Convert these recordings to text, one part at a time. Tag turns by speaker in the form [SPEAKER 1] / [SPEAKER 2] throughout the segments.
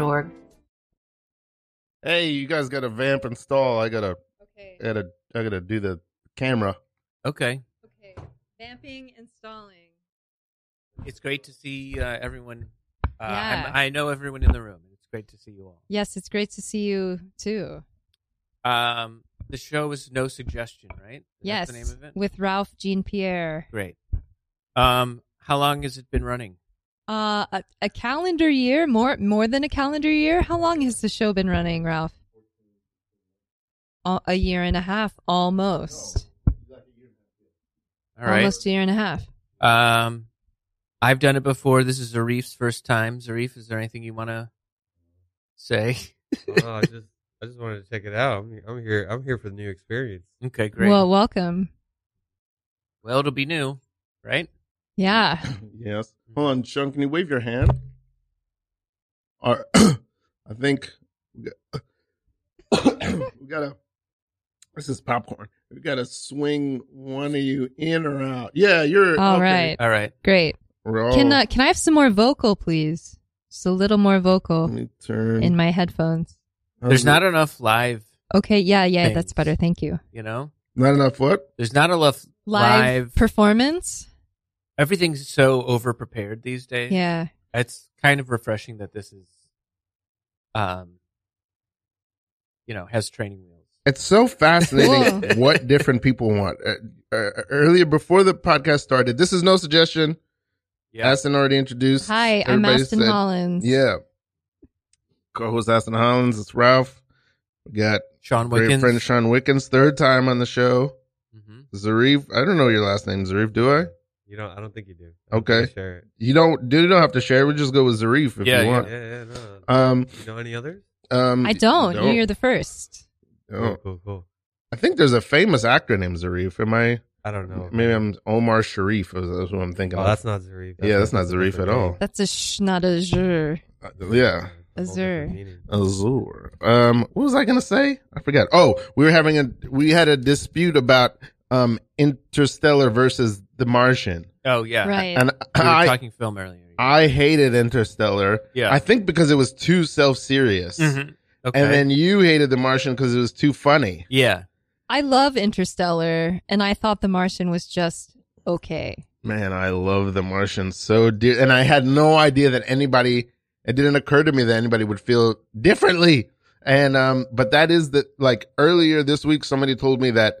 [SPEAKER 1] org.
[SPEAKER 2] Hey, you guys got to vamp and stall. I gotta,
[SPEAKER 3] Okay.
[SPEAKER 2] I gotta, I gotta do the camera.
[SPEAKER 4] Okay.
[SPEAKER 3] Okay. Vamping and stalling.
[SPEAKER 4] It's great to see uh, everyone. Uh,
[SPEAKER 3] Yeah.
[SPEAKER 4] I'm, I know everyone in the room. It's great to see you all.
[SPEAKER 3] Yes, it's great to see you too.
[SPEAKER 4] Um, the show is No Suggestion, right? That's
[SPEAKER 3] yes.
[SPEAKER 4] the name of it?
[SPEAKER 3] With Ralph Jean Pierre.
[SPEAKER 4] Great. Um, how long has it been running?
[SPEAKER 3] Uh, a, a calendar year, more more than a calendar year. How long has the show been running, Ralph? A, a year and a half, almost.
[SPEAKER 4] Oh. All right.
[SPEAKER 3] Almost a year and a half.
[SPEAKER 4] Um, I've done it before. This is Zarif's first time. Zarif, is there anything you want to say?
[SPEAKER 5] oh, I just I just wanted to check it out. I'm, I'm here. I'm here for the new experience.
[SPEAKER 4] Okay, great.
[SPEAKER 3] Well,
[SPEAKER 4] Well,
[SPEAKER 3] welcome.
[SPEAKER 4] it'll be new, right?
[SPEAKER 3] Yeah.
[SPEAKER 2] Yes. Hold on, Sean. Can you wave your hand? Or I think we got, we gotta. This is popcorn. We gotta swing one of you in or out. Yeah, you're
[SPEAKER 3] All
[SPEAKER 2] okay.
[SPEAKER 3] right.
[SPEAKER 4] All right.
[SPEAKER 3] Great.
[SPEAKER 2] We're all-
[SPEAKER 4] Oh.
[SPEAKER 3] Can uh, can I have some more vocal, please? Just a little more vocal
[SPEAKER 2] Let me
[SPEAKER 4] Mm.
[SPEAKER 2] turn.
[SPEAKER 3] in my headphones.
[SPEAKER 2] Mm-hmm.
[SPEAKER 4] There's not enough live,
[SPEAKER 3] Okay. Yeah. Yeah.
[SPEAKER 4] Thanks.
[SPEAKER 3] That's better. Thank you.
[SPEAKER 4] you know?
[SPEAKER 2] not enough. What?
[SPEAKER 4] There's not enough
[SPEAKER 3] Live,
[SPEAKER 4] live.
[SPEAKER 3] performance.
[SPEAKER 4] Everything's so over prepared these days.
[SPEAKER 3] Yeah.
[SPEAKER 4] It's kind of refreshing that this is, um, you know, has training wheels.
[SPEAKER 2] It's so fascinating
[SPEAKER 3] Whoa.
[SPEAKER 2] what different people want. Uh, uh, earlier, before the podcast started, this is no suggestion. Aston already introduced.
[SPEAKER 3] Hi, I'm
[SPEAKER 2] Everybody
[SPEAKER 3] Aston
[SPEAKER 2] said-
[SPEAKER 3] Hollins.
[SPEAKER 2] Yeah. Co-host Aston Hollins. It's Ralph. We got
[SPEAKER 4] Sean
[SPEAKER 2] great
[SPEAKER 4] Wickens.
[SPEAKER 2] friend Sean Wickens, third time on the show.
[SPEAKER 4] hmm
[SPEAKER 2] Zarif. I don't know your last name, Zarif. Do I?
[SPEAKER 5] You don't. I don't think you do. I don't
[SPEAKER 2] Okay.
[SPEAKER 5] think I Share it.
[SPEAKER 2] You don't. Do you don't have to share? We just go with Zarif if
[SPEAKER 4] Yeah,
[SPEAKER 2] you
[SPEAKER 4] yeah,
[SPEAKER 2] want.
[SPEAKER 5] Yeah. Yeah. No.
[SPEAKER 2] Um.
[SPEAKER 5] you know any others?
[SPEAKER 2] Um.
[SPEAKER 3] I don't. You're the first.
[SPEAKER 5] Cool.
[SPEAKER 2] don't.
[SPEAKER 5] Cool. Cool.
[SPEAKER 2] I think there's a famous actor named Zarif. Am I?
[SPEAKER 5] I don't know.
[SPEAKER 2] Maybe I'm Omar Sharif. Is that's who I'm thinking.
[SPEAKER 5] Oh,
[SPEAKER 2] of.
[SPEAKER 5] that's not Zarif.
[SPEAKER 2] Yeah, that's not Zarif at all.
[SPEAKER 3] That's a sh, not a zhur.
[SPEAKER 2] yeah.
[SPEAKER 3] Azure.
[SPEAKER 2] Azure. Um, what was I gonna say? I forgot. Oh, we were having a we had a dispute about um Interstellar versus The Martian,
[SPEAKER 4] Oh, yeah.
[SPEAKER 3] Right.
[SPEAKER 2] and
[SPEAKER 4] We were
[SPEAKER 2] I
[SPEAKER 4] talking film earlier.
[SPEAKER 2] I hated Interstellar.
[SPEAKER 4] yeah.
[SPEAKER 2] I think because it was too self serious,
[SPEAKER 4] Mhm. Okay.
[SPEAKER 2] and then you hated The Martian because it was too funny.
[SPEAKER 4] yeah.
[SPEAKER 3] I love Interstellar, and I thought The Martian was just okay.
[SPEAKER 2] Man, I love The Martian so dear, and I had no idea that anybody. It didn't occur to me that anybody would feel differently. And um, but that is the like earlier this week, somebody told me that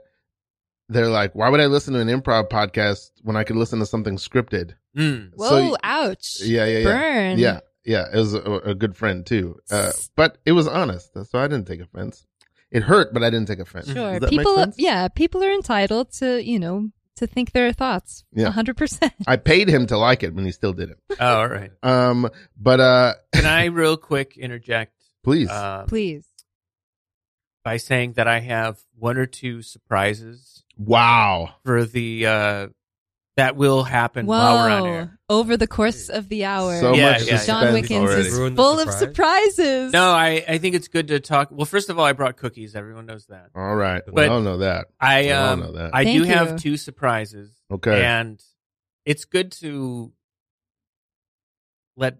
[SPEAKER 2] they're like, why would I listen to an improv podcast when I could listen to something scripted?
[SPEAKER 4] Mm.
[SPEAKER 3] Whoa, ouch.
[SPEAKER 2] yeah, yeah, yeah,
[SPEAKER 3] Burn.
[SPEAKER 2] yeah, yeah. It was a, a good friend too, uh, but it was honest, so I didn't take offense. It hurt, but I didn't take offense.
[SPEAKER 3] Sure.
[SPEAKER 2] Does that make
[SPEAKER 3] People
[SPEAKER 2] sense?
[SPEAKER 3] yeah, people are entitled to, you know, to think their thoughts.
[SPEAKER 2] Yeah.
[SPEAKER 3] 100%.
[SPEAKER 2] I paid him to like it, and he still didn't.
[SPEAKER 4] Oh, all right.
[SPEAKER 2] Um, but uh,
[SPEAKER 4] Can I real quick interject
[SPEAKER 2] please,
[SPEAKER 4] um,
[SPEAKER 3] Please.
[SPEAKER 4] by saying that I have one or two surprises
[SPEAKER 2] wow.
[SPEAKER 4] for the uh, that will happen while we're on air.
[SPEAKER 3] Over the course of the hour.
[SPEAKER 2] So
[SPEAKER 4] Yeah,
[SPEAKER 2] much
[SPEAKER 4] yeah, yeah.
[SPEAKER 2] suspense
[SPEAKER 3] John Wickens
[SPEAKER 2] already.
[SPEAKER 3] is
[SPEAKER 5] Ruined the
[SPEAKER 3] full of
[SPEAKER 5] surprise?
[SPEAKER 3] surprises.
[SPEAKER 4] No, I, I think it's good to talk. Well, first of all, I brought cookies. Everyone knows that.
[SPEAKER 2] All right, we
[SPEAKER 4] But-
[SPEAKER 2] all know that.
[SPEAKER 4] I
[SPEAKER 2] We all
[SPEAKER 4] um,
[SPEAKER 2] know that.
[SPEAKER 4] I do
[SPEAKER 3] Thank
[SPEAKER 4] have
[SPEAKER 3] you.
[SPEAKER 4] two surprises,
[SPEAKER 2] Okay.
[SPEAKER 4] and it's good to let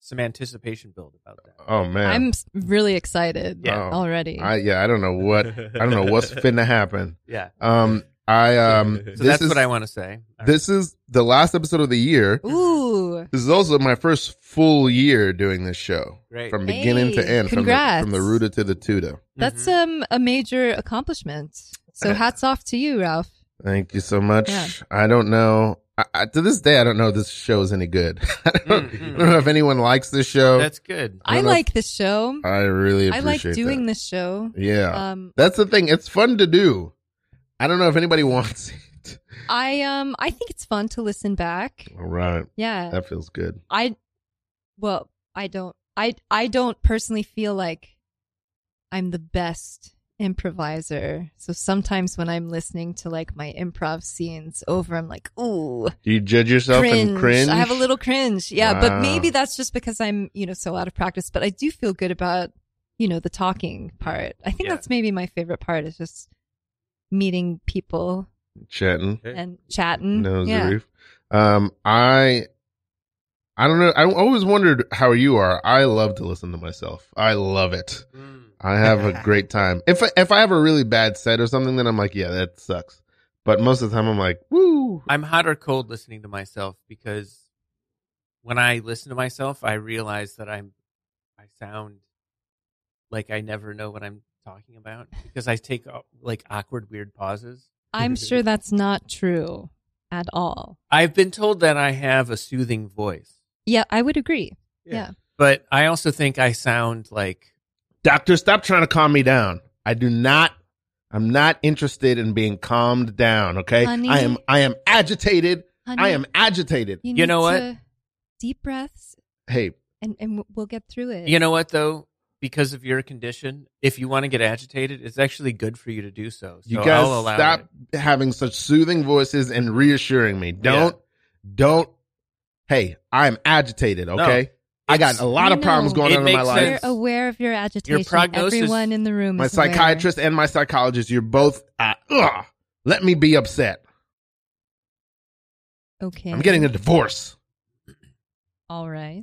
[SPEAKER 4] some anticipation build about that.
[SPEAKER 2] oh man,
[SPEAKER 3] I'm s- really excited
[SPEAKER 2] Yeah. Oh,
[SPEAKER 3] already.
[SPEAKER 2] I yeah, I don't know what I don't know what's finna happen.
[SPEAKER 4] Yeah,
[SPEAKER 2] Um, I um,
[SPEAKER 5] So
[SPEAKER 2] this
[SPEAKER 4] so that's
[SPEAKER 2] is,
[SPEAKER 4] what I want to say. All
[SPEAKER 2] This is the last episode of the year.
[SPEAKER 3] Ooh.
[SPEAKER 2] This is also my first full year doing this show
[SPEAKER 4] Great.
[SPEAKER 2] from beginning to
[SPEAKER 3] Hey,
[SPEAKER 2] end,
[SPEAKER 3] congrats.
[SPEAKER 2] from the from the Ruta to the Tuta.
[SPEAKER 4] right.
[SPEAKER 3] That's
[SPEAKER 4] Mhm.
[SPEAKER 2] Mm-hmm.
[SPEAKER 3] um a major accomplishment. So hats off to you, Ralph.
[SPEAKER 2] Thank you so much.
[SPEAKER 3] Yeah.
[SPEAKER 2] I don't know. I, I, to this day, I don't know if this show is any good. I, don't,
[SPEAKER 4] Mm,
[SPEAKER 2] I
[SPEAKER 4] mm.
[SPEAKER 2] don't know if anyone likes this show.
[SPEAKER 4] that's good.
[SPEAKER 2] I
[SPEAKER 3] I,
[SPEAKER 2] don't know
[SPEAKER 3] like this show.
[SPEAKER 2] I really
[SPEAKER 3] I
[SPEAKER 2] appreciate
[SPEAKER 3] like doing
[SPEAKER 2] that.
[SPEAKER 3] this show.
[SPEAKER 2] Yeah,
[SPEAKER 3] Um,
[SPEAKER 2] that's the thing. It's fun to do. I don't know if anybody wants it.
[SPEAKER 3] I um I think it's fun to listen back.
[SPEAKER 2] All right,
[SPEAKER 3] Yeah,
[SPEAKER 2] that feels good.
[SPEAKER 3] I well I don't I I don't personally feel like I'm the best improviser. So sometimes when I'm listening to like my improv scenes over, I'm like, ooh,
[SPEAKER 2] Do you judge yourself
[SPEAKER 3] cringe.
[SPEAKER 2] and cringe?
[SPEAKER 3] I have a little cringe. Yeah, but
[SPEAKER 2] Wow.
[SPEAKER 3] maybe that's just because I'm you know so out of practice. But I do feel good about you know the talking part. I think
[SPEAKER 4] Yeah.
[SPEAKER 3] that's maybe my favorite part is just meeting people
[SPEAKER 2] chatting.
[SPEAKER 5] Okay.
[SPEAKER 3] Mm, and chatting.
[SPEAKER 2] No,
[SPEAKER 3] yeah.
[SPEAKER 2] Zarif. Um, I I don't know. I always wondered how you are. I love to listen to myself. I love it.
[SPEAKER 4] Mm.
[SPEAKER 2] I have a great time. If I, if I have a really bad set or something, then I'm like, yeah, that sucks. But most of the time, I'm like, woo.
[SPEAKER 4] I'm hot or cold listening to myself because when I listen to myself, I realize that I'm I sound like I never know what I'm talking about because I take uh, like awkward, weird pauses.
[SPEAKER 3] I'm sure that's not true at all.
[SPEAKER 4] I've been told that I have a soothing voice,
[SPEAKER 3] Yeah, I would agree. yeah.
[SPEAKER 4] but I also think I sound like
[SPEAKER 2] Doctor, stop trying to calm me down. I do not. I'm not interested in being calmed down. Okay.
[SPEAKER 3] Honey.
[SPEAKER 2] I am. I am agitated. I
[SPEAKER 3] Honey,
[SPEAKER 2] am agitated.
[SPEAKER 3] You,
[SPEAKER 4] You know
[SPEAKER 3] need
[SPEAKER 4] what?
[SPEAKER 3] to- Deep breaths,
[SPEAKER 2] Hey,
[SPEAKER 3] and and w- we'll get through it.
[SPEAKER 4] you know what though. Because of your condition, if you want to get agitated, it's actually good for you to do so. so
[SPEAKER 2] you
[SPEAKER 4] I'll
[SPEAKER 2] guys
[SPEAKER 4] allow
[SPEAKER 2] stop
[SPEAKER 4] it.
[SPEAKER 2] having such soothing voices and reassuring me. Don't. Don't. Hey, I'm agitated.
[SPEAKER 4] No.
[SPEAKER 2] Okay. I got
[SPEAKER 4] It's-
[SPEAKER 2] a lot of
[SPEAKER 3] We
[SPEAKER 2] problems
[SPEAKER 3] know.
[SPEAKER 2] going
[SPEAKER 4] It
[SPEAKER 2] on in my
[SPEAKER 4] makes
[SPEAKER 2] life.
[SPEAKER 3] You're
[SPEAKER 4] sense.
[SPEAKER 3] aware of your agitation.
[SPEAKER 4] prognosis-
[SPEAKER 3] Everyone in the room.
[SPEAKER 2] My
[SPEAKER 3] is aware.
[SPEAKER 2] psychiatrist and my psychologist, you're both. Uh, ugh, let me be upset.
[SPEAKER 3] Okay.
[SPEAKER 2] I'm getting a divorce.
[SPEAKER 3] All right.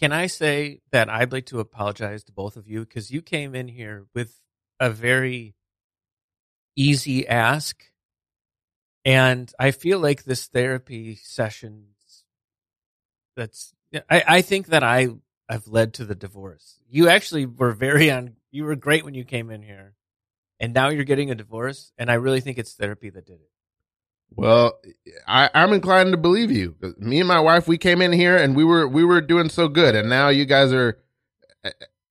[SPEAKER 4] Can I say that I'd like to apologize to both of you because you came in here with a very easy ask. And I feel like this therapy session that's I, I think that I have led to the divorce. You actually were very on you were great when you came in here. And now you're getting a divorce. And I really think it's therapy that did it.
[SPEAKER 2] Well, I, I'm inclined to believe you. Me and my wife, we came in here and we were we were doing so good, and now you guys are.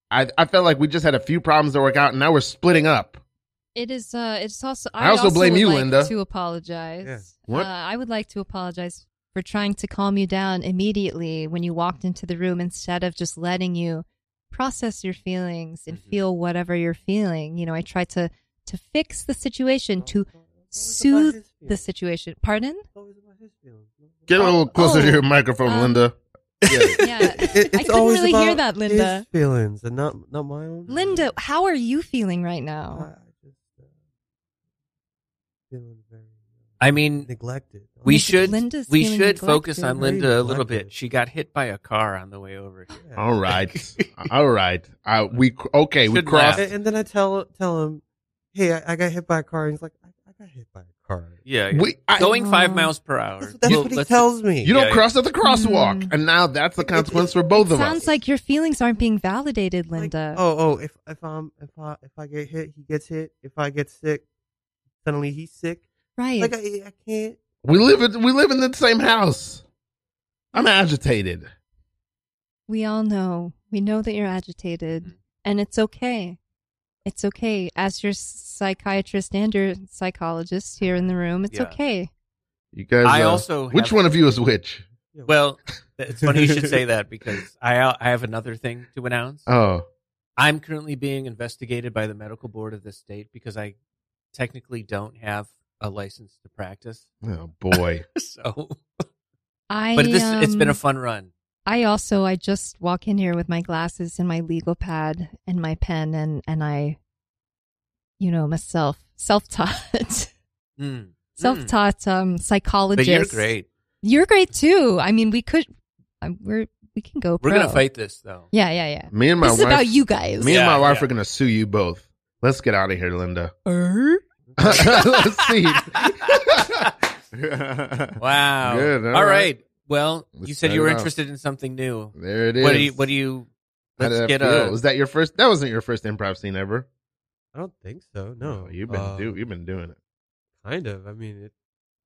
[SPEAKER 2] I I felt like we just had a few problems to work out, and now we're splitting up.
[SPEAKER 3] It is. Uh, it's also.
[SPEAKER 2] I
[SPEAKER 3] I,
[SPEAKER 2] also blame
[SPEAKER 3] would
[SPEAKER 2] you,
[SPEAKER 3] like
[SPEAKER 2] Linda.
[SPEAKER 3] To apologize.
[SPEAKER 5] Yeah.
[SPEAKER 2] What?
[SPEAKER 3] Uh, I would like to apologize for trying to calm you down immediately when you walked into the room instead of just letting you process your feelings and
[SPEAKER 5] Mm-hmm.
[SPEAKER 4] Mhm.
[SPEAKER 3] feel whatever you're feeling. You know, I tried to to fix the situation to soothe the situation. Pardon?
[SPEAKER 2] Get a little
[SPEAKER 3] Oh,
[SPEAKER 2] closer to
[SPEAKER 3] oh,
[SPEAKER 2] your microphone,
[SPEAKER 3] um,
[SPEAKER 2] Linda.
[SPEAKER 3] Yeah.
[SPEAKER 5] it's
[SPEAKER 3] Uh, couldn't
[SPEAKER 5] always
[SPEAKER 3] really hear
[SPEAKER 5] about
[SPEAKER 3] that, Linda.
[SPEAKER 5] His feelings and not not my own.
[SPEAKER 3] Linda, how are you feeling right
[SPEAKER 5] I
[SPEAKER 3] now?
[SPEAKER 5] I just uh, feeling very uh,
[SPEAKER 4] I mean,
[SPEAKER 5] neglected.
[SPEAKER 4] we
[SPEAKER 3] Linda-
[SPEAKER 4] should
[SPEAKER 3] Linda's
[SPEAKER 4] we
[SPEAKER 3] feeling
[SPEAKER 4] should focus
[SPEAKER 3] neglected.
[SPEAKER 4] on
[SPEAKER 5] Very
[SPEAKER 4] Linda a little
[SPEAKER 5] neglected.
[SPEAKER 4] bit. She got hit by a car on the way over here.
[SPEAKER 5] Yeah.
[SPEAKER 2] All right, all right. I, we cr- okay. We
[SPEAKER 4] Shouldn't
[SPEAKER 2] crossed.
[SPEAKER 4] laugh.
[SPEAKER 5] And, and then I tell tell him, "Hey, I, I got hit by a car." And he's like, "I, I got hit by a car."
[SPEAKER 4] Yeah, yeah.
[SPEAKER 2] We I,
[SPEAKER 4] going five
[SPEAKER 3] Oh.
[SPEAKER 4] miles per hour.
[SPEAKER 5] That's, that's
[SPEAKER 4] Well,
[SPEAKER 5] what he
[SPEAKER 4] let's-
[SPEAKER 5] tells me.
[SPEAKER 2] you don't
[SPEAKER 4] Yeah, yeah.
[SPEAKER 2] cross at the crosswalk,
[SPEAKER 3] Mm.
[SPEAKER 2] and now that's the consequence for both of
[SPEAKER 3] Sounds
[SPEAKER 2] us.
[SPEAKER 3] like your feelings aren't being validated,
[SPEAKER 5] Like,
[SPEAKER 3] Linda.
[SPEAKER 5] oh, oh, if if I'm if I if I get hit, he gets hit. If I get sick, suddenly he's sick.
[SPEAKER 3] right.
[SPEAKER 5] Like uh, I, I can't.
[SPEAKER 2] we live in, we live in the same house. I'm agitated.
[SPEAKER 3] we all know. We know that you're agitated,
[SPEAKER 4] Mhm.
[SPEAKER 3] and it's okay. It's okay. As your psychiatrist and your psychologist here in the room, it's
[SPEAKER 4] Yeah.
[SPEAKER 3] okay.
[SPEAKER 2] You guys.
[SPEAKER 4] I
[SPEAKER 2] uh,
[SPEAKER 4] also
[SPEAKER 2] Which
[SPEAKER 4] have-
[SPEAKER 2] one of you is which?
[SPEAKER 4] Well, it's funny you should say that because I I have another thing to announce.
[SPEAKER 2] Oh,
[SPEAKER 4] I'm currently being investigated by the medical board of the state because I technically don't have a license to practice.
[SPEAKER 2] oh boy.
[SPEAKER 4] So,
[SPEAKER 3] I.
[SPEAKER 4] but this it's been a
[SPEAKER 3] um,
[SPEAKER 4] fun run.
[SPEAKER 3] I also I just walk in here with my glasses and my legal pad and my pen and and I, you know, myself self taught
[SPEAKER 4] Mm.
[SPEAKER 3] self taught um
[SPEAKER 4] But
[SPEAKER 3] psychologist.
[SPEAKER 4] you're great.
[SPEAKER 3] You're great too. I mean, we could, um, we're we can go.
[SPEAKER 4] We're
[SPEAKER 3] pro.
[SPEAKER 4] gonna fight this though.
[SPEAKER 3] Yeah, yeah, yeah.
[SPEAKER 2] Me and my
[SPEAKER 3] this is
[SPEAKER 2] wife.
[SPEAKER 3] about you guys.
[SPEAKER 2] Me and my
[SPEAKER 4] Yeah,
[SPEAKER 2] wife
[SPEAKER 4] yeah.
[SPEAKER 2] are gonna sue you both. Let's get out of here, Linda.
[SPEAKER 3] Er?
[SPEAKER 2] Let's see.
[SPEAKER 4] wow.
[SPEAKER 2] Good, all
[SPEAKER 4] all
[SPEAKER 2] right.
[SPEAKER 4] right. Well,
[SPEAKER 2] Let's
[SPEAKER 4] you said
[SPEAKER 2] start
[SPEAKER 4] you were
[SPEAKER 2] it off.
[SPEAKER 4] interested in something new.
[SPEAKER 2] there it is.
[SPEAKER 4] What do you? What do you?
[SPEAKER 2] How did
[SPEAKER 4] Let's
[SPEAKER 2] that
[SPEAKER 4] get uh,
[SPEAKER 2] feel?
[SPEAKER 4] a.
[SPEAKER 2] Was that your first? That wasn't your first improv scene ever.
[SPEAKER 5] I don't think so. No,
[SPEAKER 2] you've been
[SPEAKER 5] Uh,
[SPEAKER 2] do. You've been doing it.
[SPEAKER 5] kind of. I mean, it,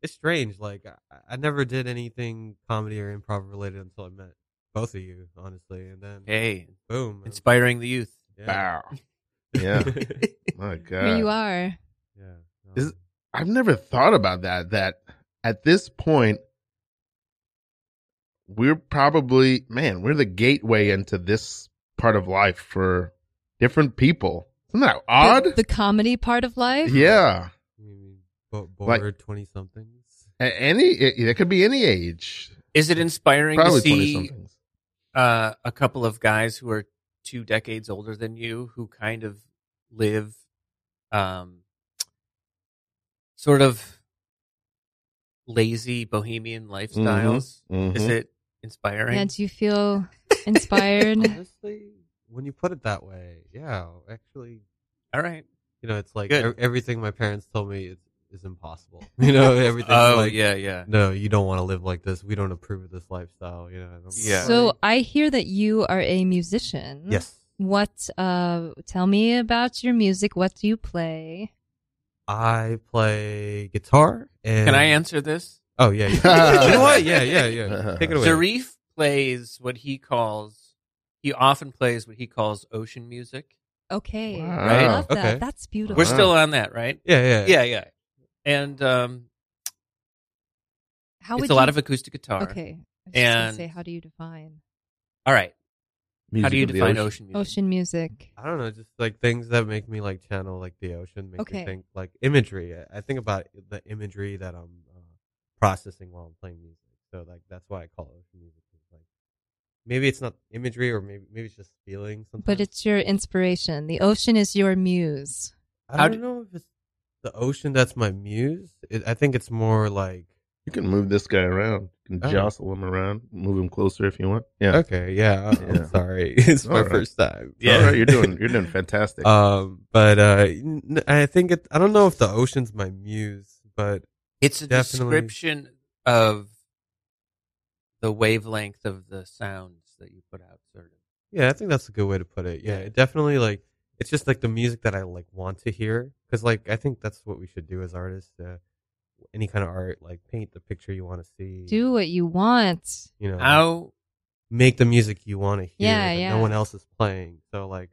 [SPEAKER 5] it's strange. Like I, I never did anything comedy or improv related until I met both of you, honestly, and then
[SPEAKER 4] hey,
[SPEAKER 5] boom, I'm-
[SPEAKER 4] inspiring the youth.
[SPEAKER 5] yeah.
[SPEAKER 2] Wow. Yeah. my
[SPEAKER 3] Here
[SPEAKER 2] God.
[SPEAKER 3] you are.
[SPEAKER 5] yeah. Um,
[SPEAKER 2] Is- I've never thought about that. That at this point, we're probably man, we're the gateway into this part of life for different people. Isn't that odd?
[SPEAKER 3] The, the comedy part of life.
[SPEAKER 2] yeah,
[SPEAKER 5] I mean, bo-
[SPEAKER 2] Like-
[SPEAKER 5] bored twenty somethings.
[SPEAKER 2] A- any it, it could be any age,
[SPEAKER 4] Is it inspiring to
[SPEAKER 2] probably twenty
[SPEAKER 4] see
[SPEAKER 2] somethings.
[SPEAKER 4] uh, a couple of guys who are two decades older than you who kind of live, um,
[SPEAKER 2] Mm-hmm.
[SPEAKER 4] sort of lazy bohemian lifestyles? Is it inspiring.
[SPEAKER 3] Yeah, do you feel inspired?
[SPEAKER 5] Honestly, when you put it that way, yeah, actually,
[SPEAKER 4] All right.
[SPEAKER 5] you know, it's like
[SPEAKER 4] Good.
[SPEAKER 5] e- everything my parents told me is, is impossible. You know, everything. like,
[SPEAKER 4] Oh, yeah, yeah.
[SPEAKER 5] No, you don't want to live like this. We don't approve of this lifestyle. You know. and I'm
[SPEAKER 4] Yeah.
[SPEAKER 3] So
[SPEAKER 5] sorry.
[SPEAKER 3] I hear that you are a musician.
[SPEAKER 5] yes,
[SPEAKER 3] What? Uh, tell me about your music. What do you play?
[SPEAKER 5] I play guitar. And
[SPEAKER 4] Can I answer this?
[SPEAKER 5] Oh yeah. yeah. you know what? Yeah, yeah, yeah. Take it away.
[SPEAKER 4] Zarif plays what he calls. He often plays what he calls ocean music.
[SPEAKER 3] Okay, I
[SPEAKER 2] Wow.
[SPEAKER 3] love that.
[SPEAKER 5] Okay.
[SPEAKER 3] That's beautiful.
[SPEAKER 4] We're still on that, right?
[SPEAKER 5] yeah, yeah,
[SPEAKER 4] Yeah, yeah. And um,
[SPEAKER 3] How
[SPEAKER 4] it's
[SPEAKER 3] would
[SPEAKER 4] a lot
[SPEAKER 3] you-
[SPEAKER 4] of acoustic guitar.
[SPEAKER 3] Okay, I was just gonna
[SPEAKER 4] and-
[SPEAKER 3] say, how do you define
[SPEAKER 4] All right. How
[SPEAKER 2] Music
[SPEAKER 4] do you
[SPEAKER 2] of the
[SPEAKER 4] define ocean, music?
[SPEAKER 3] ocean music?
[SPEAKER 5] I don't know, just like things that make me like channel like the ocean, make
[SPEAKER 3] Okay.
[SPEAKER 5] me think like imagery. I- I think about the imagery that I'm uh, processing while I'm playing music. So like that's why I call it ocean music. It's like maybe it's not imagery, or maybe maybe it's just feeling. Sometimes,
[SPEAKER 3] But it's your inspiration. The ocean is your muse.
[SPEAKER 5] I
[SPEAKER 4] how
[SPEAKER 5] don't
[SPEAKER 4] d-
[SPEAKER 5] know if it's the ocean that's my muse. It, I think it's more like
[SPEAKER 2] You can move this guy around. You can
[SPEAKER 5] Oh.
[SPEAKER 2] jostle him around. Move him closer if you want. Yeah.
[SPEAKER 5] okay, yeah. I-
[SPEAKER 2] Yeah.
[SPEAKER 5] I'm sorry, it's my
[SPEAKER 2] Alright.
[SPEAKER 5] first time.
[SPEAKER 2] All right, you're doing you're doing fantastic.
[SPEAKER 5] Um, but uh, n- I think it. I don't know if the ocean's my muse, but
[SPEAKER 4] It's a
[SPEAKER 5] Definitely.
[SPEAKER 4] description of the wavelength of the sounds that you put out, sort of.
[SPEAKER 5] Yeah, I think that's a good way to put it. Yeah,
[SPEAKER 4] Yeah.
[SPEAKER 5] it definitely like it's just like the music that I like want to hear because like I think that's what we should do as artists. Uh, any kind of art, like paint the picture you want to see.
[SPEAKER 3] Do what you want.
[SPEAKER 5] you know
[SPEAKER 4] How
[SPEAKER 5] make the music you want to hear
[SPEAKER 3] Yeah,
[SPEAKER 5] that
[SPEAKER 3] yeah.
[SPEAKER 5] no one else is playing. So like,